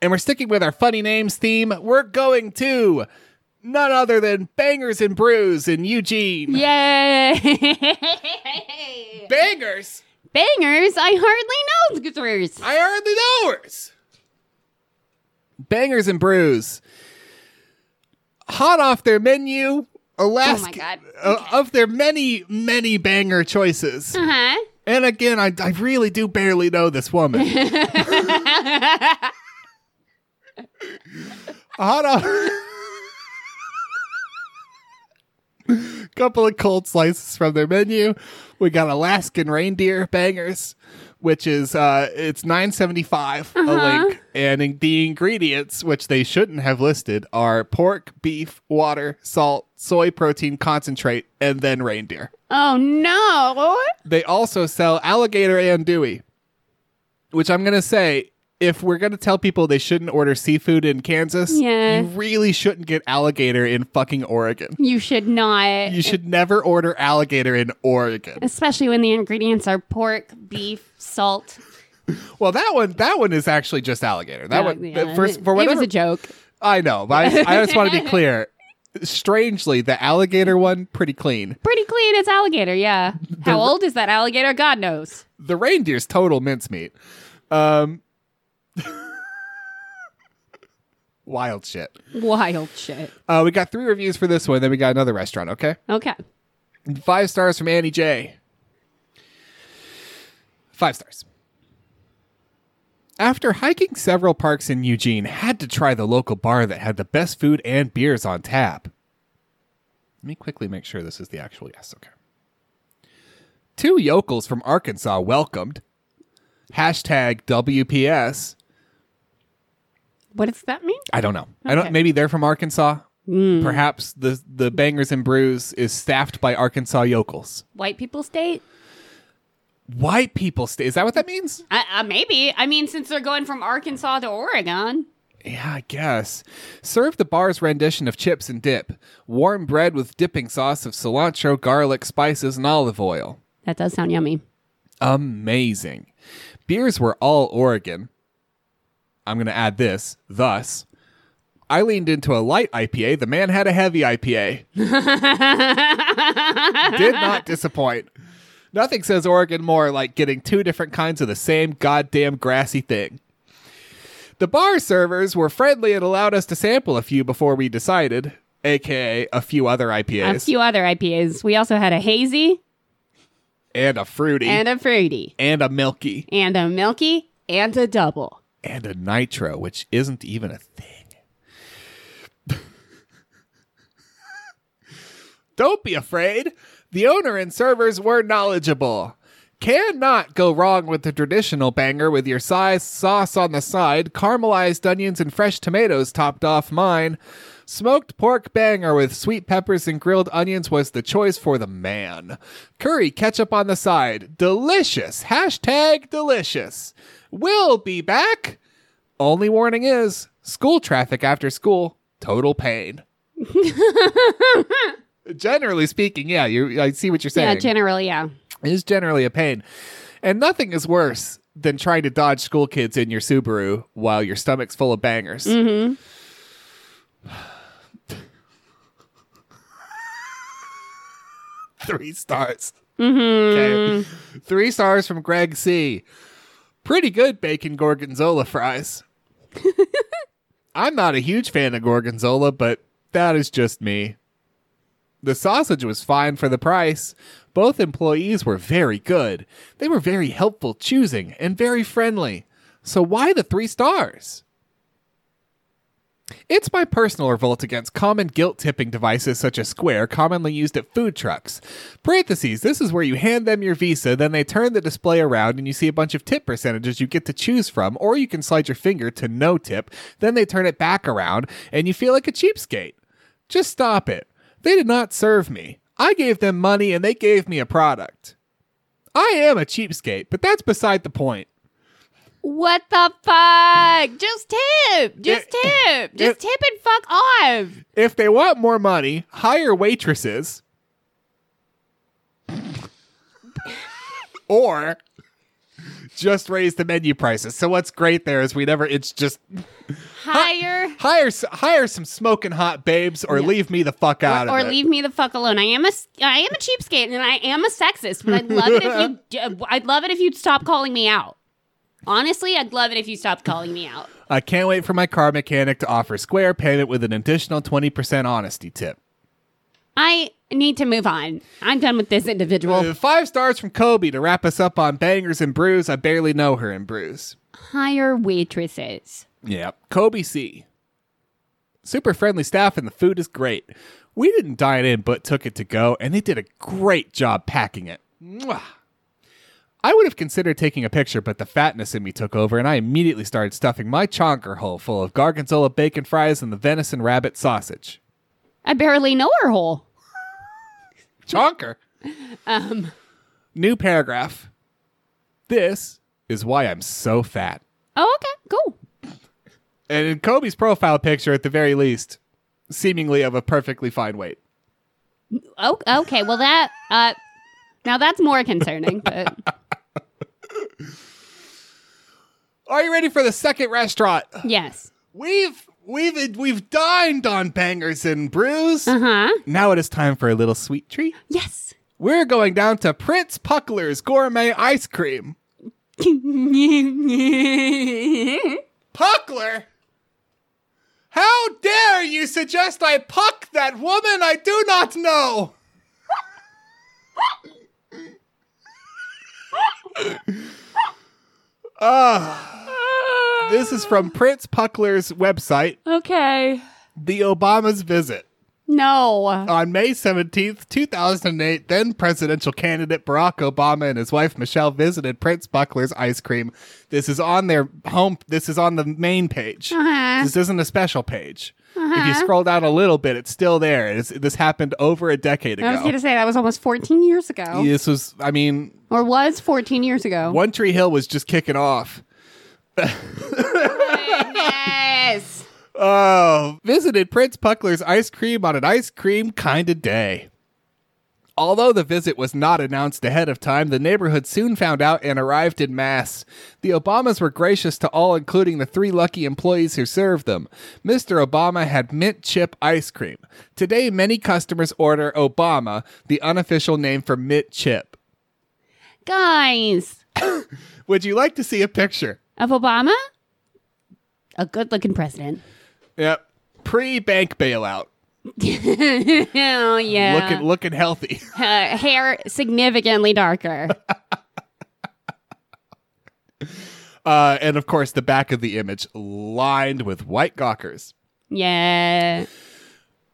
[SPEAKER 1] and we're sticking with our funny names theme. We're going to none other than Bangers and Brews in Eugene.
[SPEAKER 2] Yay!
[SPEAKER 1] Bangers.
[SPEAKER 2] Bangers, I hardly know scissors.
[SPEAKER 1] I hardly know hers. Bangers and Brews. Hot off their menu, Alaska.
[SPEAKER 2] God.
[SPEAKER 1] uh, of their many, many banger choices.
[SPEAKER 2] Uh huh.
[SPEAKER 1] And again, I, I really do barely know this woman. Hot off. Couple of cold slices from their menu. We got Alaskan reindeer bangers, which is uh it's nine seventy five a link, and in- the ingredients which they shouldn't have listed are pork, beef, water, salt, soy protein concentrate, and then reindeer.
[SPEAKER 2] Oh no.
[SPEAKER 1] They also sell alligator and Dewey, which I'm going to say if we're going to tell people they shouldn't order seafood in Kansas,
[SPEAKER 2] Yeah.
[SPEAKER 1] you really shouldn't get alligator in fucking Oregon.
[SPEAKER 2] You should not.
[SPEAKER 1] You should never order alligator in Oregon.
[SPEAKER 2] Especially when the ingredients are pork, beef, salt.
[SPEAKER 1] Well, that one, that one is actually just alligator. That one,
[SPEAKER 2] Yeah,
[SPEAKER 1] for,
[SPEAKER 2] it-
[SPEAKER 1] for
[SPEAKER 2] it was
[SPEAKER 1] whatever,
[SPEAKER 2] a joke.
[SPEAKER 1] I know, but I, I just want to be clear. Strangely, the alligator one pretty clean.
[SPEAKER 2] Pretty clean. It's alligator. Yeah. How old is that alligator? God knows.
[SPEAKER 1] The reindeer's total mincemeat. Um, wild shit.
[SPEAKER 2] Wild shit.
[SPEAKER 1] Uh, we got three reviews for this one. Then we got another restaurant. Okay,
[SPEAKER 2] Okay.
[SPEAKER 1] five stars from Annie J. Five stars. After hiking several parks in Eugene, had to try the local bar that had the best food and beers on tap. Let me quickly make sure this is the actual yes. Okay. Two yokels from Arkansas welcomed. Hashtag WPS.
[SPEAKER 2] What does that mean?
[SPEAKER 1] I don't know. I don't.
[SPEAKER 2] Okay.
[SPEAKER 1] Maybe they're from Arkansas. Perhaps the the Bangers and Brews is staffed by Arkansas yokels.
[SPEAKER 2] White people state?
[SPEAKER 1] White people stay. Is that what that means?
[SPEAKER 2] Uh, uh, maybe. I mean, since they're going from Arkansas to Oregon.
[SPEAKER 1] Yeah, I guess. Serve the bar's rendition of chips and dip, warm bread with dipping sauce of cilantro, garlic, spices, and olive oil.
[SPEAKER 2] That does sound yummy.
[SPEAKER 1] Amazing. Beers were all Oregon. I'm going to add this. Thus, I leaned into a light IPA. The man had a heavy IPA. Did not disappoint. Nothing says Oregon more like getting two different kinds of the same goddamn grassy thing. The bar servers were friendly and allowed us to sample a few before we decided, aka a few other IPAs
[SPEAKER 2] A few other IPAs. We also had a hazy
[SPEAKER 1] and a fruity
[SPEAKER 2] and a fruity
[SPEAKER 1] and a milky
[SPEAKER 2] and a milky and a double.
[SPEAKER 1] and a nitro, which isn't even a thing. Don't be afraid. The owner and servers were knowledgeable. Cannot go wrong with the traditional banger with your size, sauce on the side, caramelized onions and fresh tomatoes topped off mine. Smoked pork banger with sweet peppers and grilled onions was the choice for the man. Curry ketchup on the side. Delicious. Hashtag delicious. We'll be back. Only warning is school traffic after school, total pain. generally speaking, yeah, you I see what you're saying.
[SPEAKER 2] Yeah, generally, yeah.
[SPEAKER 1] It is generally a pain. And nothing is worse than trying to dodge school kids in your Subaru while your stomach's full of bangers. Three stars. Okay. Three stars from Greg C. Pretty good bacon gorgonzola fries. I'm not a huge fan of gorgonzola, but that is just me. The sausage was fine for the price. Both employees were very good. They were very helpful choosing and very friendly. So why the three stars? It's my personal revolt against common guilt tipping devices such as Square, commonly used at food trucks. Parentheses, this is where you hand them your Visa, then they turn the display around and you see a bunch of tip percentages you get to choose from, or you can slide your finger to no tip, then they turn it back around and you feel like a cheapskate. Just stop it. They did not serve me. I gave them money and they gave me a product. I am a cheapskate, but that's beside the point.
[SPEAKER 2] What the fuck? Just tip. Just tip. Just
[SPEAKER 1] it-
[SPEAKER 2] tip and fuck off.
[SPEAKER 1] If they want more money, hire waitresses. or just raise the menu prices. So what's great there is we never it's just
[SPEAKER 2] Hire
[SPEAKER 1] hire s- hire some smoking hot babes or leave me the fuck out of
[SPEAKER 2] or
[SPEAKER 1] it.
[SPEAKER 2] leave me the fuck alone. I am a s- I am a cheapskate and I am a sexist, but I'd love it if you d- I'd love it if you'd stop calling me out. Honestly, I'd love it if you stopped calling me out.
[SPEAKER 1] I can't wait for my car mechanic to offer Square payment with an additional 20% honesty tip.
[SPEAKER 2] I need to move on. I'm done with this individual.
[SPEAKER 1] Uh, Five stars from Kobe to wrap us up on Bangers and Brews. I barely know her in Brews.
[SPEAKER 2] Hire waitresses.
[SPEAKER 1] Yep. Kobe C. Super friendly staff and the food is great. We didn't dine in but took it to go, and they did a great job packing it. Mwah. I would have considered taking a picture, but the fatness in me took over, and I immediately started stuffing my chonker hole full of gargonzola bacon fries and the venison rabbit sausage.
[SPEAKER 2] I barely know her whole.
[SPEAKER 1] Chonker. Um. New paragraph. This is why I'm so fat.
[SPEAKER 2] Oh, okay. Cool.
[SPEAKER 1] And in Kobe's profile picture, at the very least, seemingly of a perfectly fine weight.
[SPEAKER 2] Oh, okay. Well, that uh, now that's more concerning. But
[SPEAKER 1] Are you ready for the second restaurant?
[SPEAKER 2] yes.
[SPEAKER 1] We've we've we've dined on bangers and brews.
[SPEAKER 2] Uh huh.
[SPEAKER 1] Now it is time for a little sweet treat.
[SPEAKER 2] Yes.
[SPEAKER 1] We're going down to Prince Puckler's gourmet ice cream. Puckler? How dare you suggest I puck that woman I do not know? Ah. this is from Prince Puckler's website,
[SPEAKER 2] okay.
[SPEAKER 1] The Obama's Visit.
[SPEAKER 2] No.
[SPEAKER 1] On May 17th, 2008, then presidential candidate Barack Obama and his wife Michelle visited Prince Buckler's Ice Cream. This is on their home, this is on the main page.
[SPEAKER 2] Uh-huh.
[SPEAKER 1] This isn't a special page. If you scroll down a little bit, it's still there. It's, this happened over a decade ago.
[SPEAKER 2] I was going to say that was almost 14 years ago,
[SPEAKER 1] this was, I mean,
[SPEAKER 2] or was 14 years ago.
[SPEAKER 1] One Tree Hill was just kicking off.
[SPEAKER 2] Yes.
[SPEAKER 1] Oh, visited Prince Puckler's ice cream on an ice cream kind of day. Although the visit was not announced ahead of time, the neighborhood soon found out and arrived in mass. The Obamas were gracious to all, including the three lucky employees who served them. Mr. Obama had mint chip ice cream. Today, many customers order Obama, the unofficial name for mint chip.
[SPEAKER 2] Guys,
[SPEAKER 1] Would you like to see a picture?
[SPEAKER 2] of Obama? A good looking president.
[SPEAKER 1] Yep. Pre bank bailout.
[SPEAKER 2] oh, yeah.
[SPEAKER 1] Looking looking healthy.
[SPEAKER 2] uh, hair significantly darker.
[SPEAKER 1] Uh, and of course, the back of the image lined with white gawkers.
[SPEAKER 2] yeah.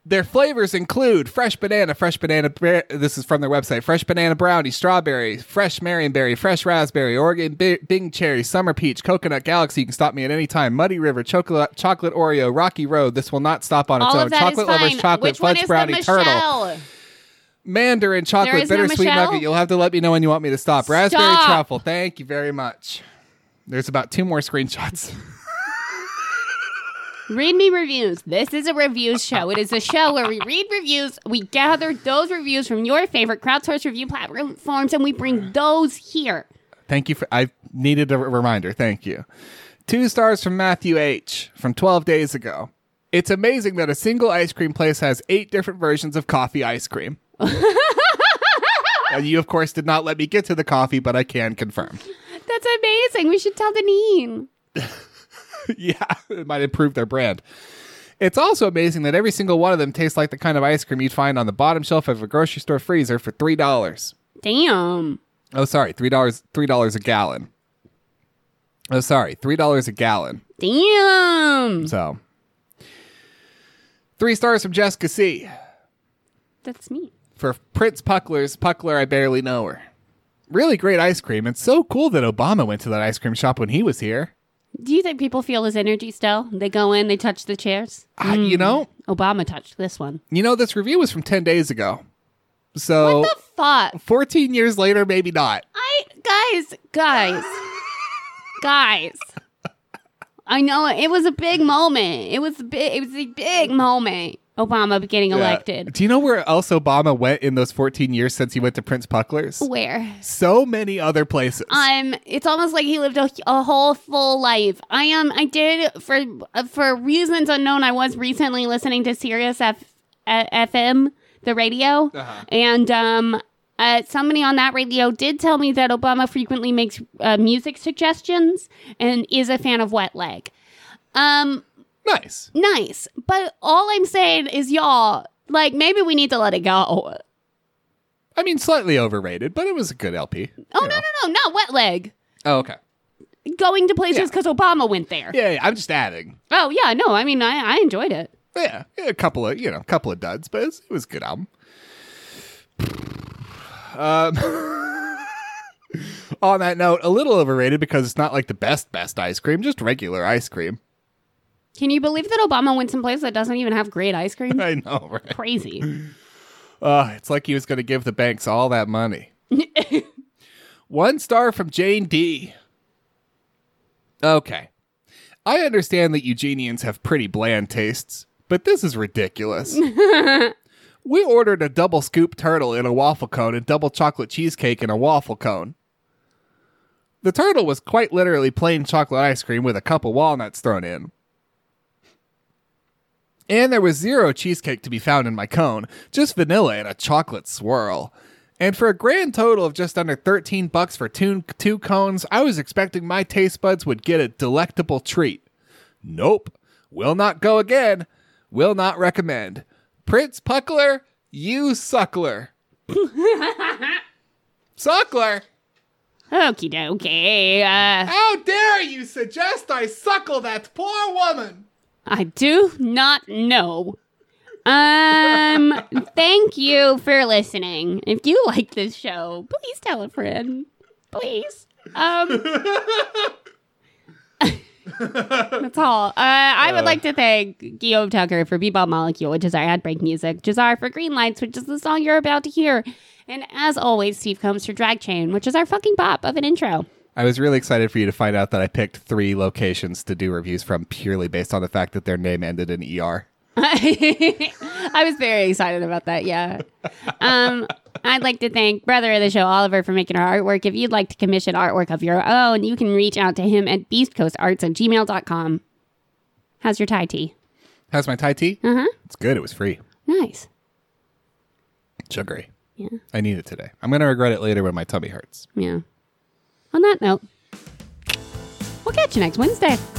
[SPEAKER 1] Their flavors include fresh banana, fresh banana. bra- This is from their website: fresh banana brownie, strawberry, fresh marionberry, fresh raspberry, Oregon bi- Bing cherry, summer peach, coconut galaxy. You can stop me at any time. Muddy River, chocolate, chocolate Oreo, Rocky Road. This will not stop on its
[SPEAKER 2] All
[SPEAKER 1] own.
[SPEAKER 2] of that is
[SPEAKER 1] chocolate lovers,
[SPEAKER 2] fine.
[SPEAKER 1] chocolate
[SPEAKER 2] Which one
[SPEAKER 1] fudge
[SPEAKER 2] is
[SPEAKER 1] brownie,
[SPEAKER 2] the
[SPEAKER 1] turtle,
[SPEAKER 2] Michelle?
[SPEAKER 1] mandarin
[SPEAKER 2] There
[SPEAKER 1] chocolate,
[SPEAKER 2] is no
[SPEAKER 1] bittersweet
[SPEAKER 2] Michelle?
[SPEAKER 1] nugget. You'll have to let me know when you want me to stop. Raspberry
[SPEAKER 2] Stop.
[SPEAKER 1] truffle. Thank you very much. There's about two more screenshots.
[SPEAKER 2] Read me reviews. This is a reviews show. It is a show where we read reviews, we gather those reviews from your favorite crowdsourced review platforms, and we bring those here.
[SPEAKER 1] Thank you for. I needed a r- reminder. Thank you. Two stars from Matthew H. from 12 days ago. It's amazing that a single ice cream place has eight different versions of coffee ice cream. Uh, you, of course, did not let me get to the coffee, but I can confirm.
[SPEAKER 2] That's amazing. We should tell Deneen.
[SPEAKER 1] yeah, it might improve their brand. It's also amazing that every single one of them tastes like the kind of ice cream you'd find on the bottom shelf of a grocery store freezer for $3.
[SPEAKER 2] Damn.
[SPEAKER 1] Oh, sorry, $3, $3 a gallon. Oh, sorry, $3 a gallon.
[SPEAKER 2] Damn.
[SPEAKER 1] So, three stars from Jessica C.
[SPEAKER 2] That's me.
[SPEAKER 1] for Prince Puckler's Puckler I Barely Know Her. Really great ice cream. It's so cool that Obama went to that ice cream shop when he was here.
[SPEAKER 2] Do you think people feel his energy still? They go in, they touch the chairs.
[SPEAKER 1] I- you
[SPEAKER 2] Hmm.
[SPEAKER 1] know,
[SPEAKER 2] Obama touched this one.
[SPEAKER 1] you know this review was from 10 days ago. So,
[SPEAKER 2] What the fuck?
[SPEAKER 1] 14 years later maybe not.
[SPEAKER 2] I guys, guys, guys. I know it, it was a big moment. It was a big. It was a big moment. Obama getting
[SPEAKER 1] Yeah.
[SPEAKER 2] elected.
[SPEAKER 1] Do you know where else Obama went in those 14 years since he went to Prince Puckler's?
[SPEAKER 2] Where?
[SPEAKER 1] So many other places.
[SPEAKER 2] Um, it's almost like he lived a, a whole full life. I am. Um, I did for uh, for reasons unknown. I was recently listening to Sirius F, uh, FM, the
[SPEAKER 1] Uh-huh.
[SPEAKER 2] radio, and um, uh, somebody on that radio did tell me that Obama frequently makes uh, music suggestions and is a fan of Wet Leg. Um,
[SPEAKER 1] nice.
[SPEAKER 2] nice, but all I'm saying is, y'all, like maybe we need to let it go.
[SPEAKER 1] I mean, slightly overrated, but it was a good LP.
[SPEAKER 2] Oh no, no, no, not Wet Leg.
[SPEAKER 1] Oh, okay.
[SPEAKER 2] Going to places
[SPEAKER 1] Yeah.
[SPEAKER 2] because Obama went there.
[SPEAKER 1] Yeah, yeah, I'm just adding.
[SPEAKER 2] Oh yeah, no, I mean I, I enjoyed it.
[SPEAKER 1] Yeah, a couple of you know, a couple of duds, but it was, it was a good album. Um, on that note, a little overrated because it's not like the best best ice cream, just regular ice cream.
[SPEAKER 2] Can you believe that Obama went someplace that doesn't even have great ice cream?
[SPEAKER 1] I know, right?
[SPEAKER 2] Crazy.
[SPEAKER 1] Uh, it's like he was going to give the banks all that money. One star from Jane D. Okay. I understand that Eugenians have pretty bland tastes, but this is ridiculous. we ordered a double scoop turtle in a waffle cone and double chocolate cheesecake in a waffle cone. The turtle was quite literally plain chocolate ice cream with a cup of walnuts thrown in. And there was zero cheesecake to be found in my cone, just vanilla and a chocolate swirl. And for a grand total of just under 13 bucks for two, two cones, I was expecting my taste buds would get a delectable treat. Nope. Will not go again. Will not recommend. Prince Puckler, you suckler. suckler?
[SPEAKER 2] Okie dokie. Uh,
[SPEAKER 1] How dare you suggest I suckle that poor woman?
[SPEAKER 2] I do not know. Um, thank you for listening. If you like this show, please tell a friend. Please. Um, that's all. Uh, I would like to thank Guillaume Tucker for Bebop Molecule, which is our ad break music, Jazar for Green Lights, which is the song you're about to hear, and as always, Steve Combs for Drag Chain, which is our fucking pop of an intro.
[SPEAKER 1] I was really excited for you to find out that I picked three locations to do reviews from purely based on the fact that their name ended in ER.
[SPEAKER 2] I was very excited about that. Yeah. Um, I'd like to thank brother of the show, Oliver, for making our artwork. If you'd like to commission artwork of your own, you can reach out to him at beastcoastarts at gmail.com. How's your Thai tea?
[SPEAKER 1] How's my Thai tea?
[SPEAKER 2] Uh huh.
[SPEAKER 1] It's good. It was free.
[SPEAKER 2] Nice.
[SPEAKER 1] Sugary.
[SPEAKER 2] Yeah.
[SPEAKER 1] I need it today. I'm going to regret it later when my tummy hurts.
[SPEAKER 2] Yeah. On that note, we'll catch you next Wednesday.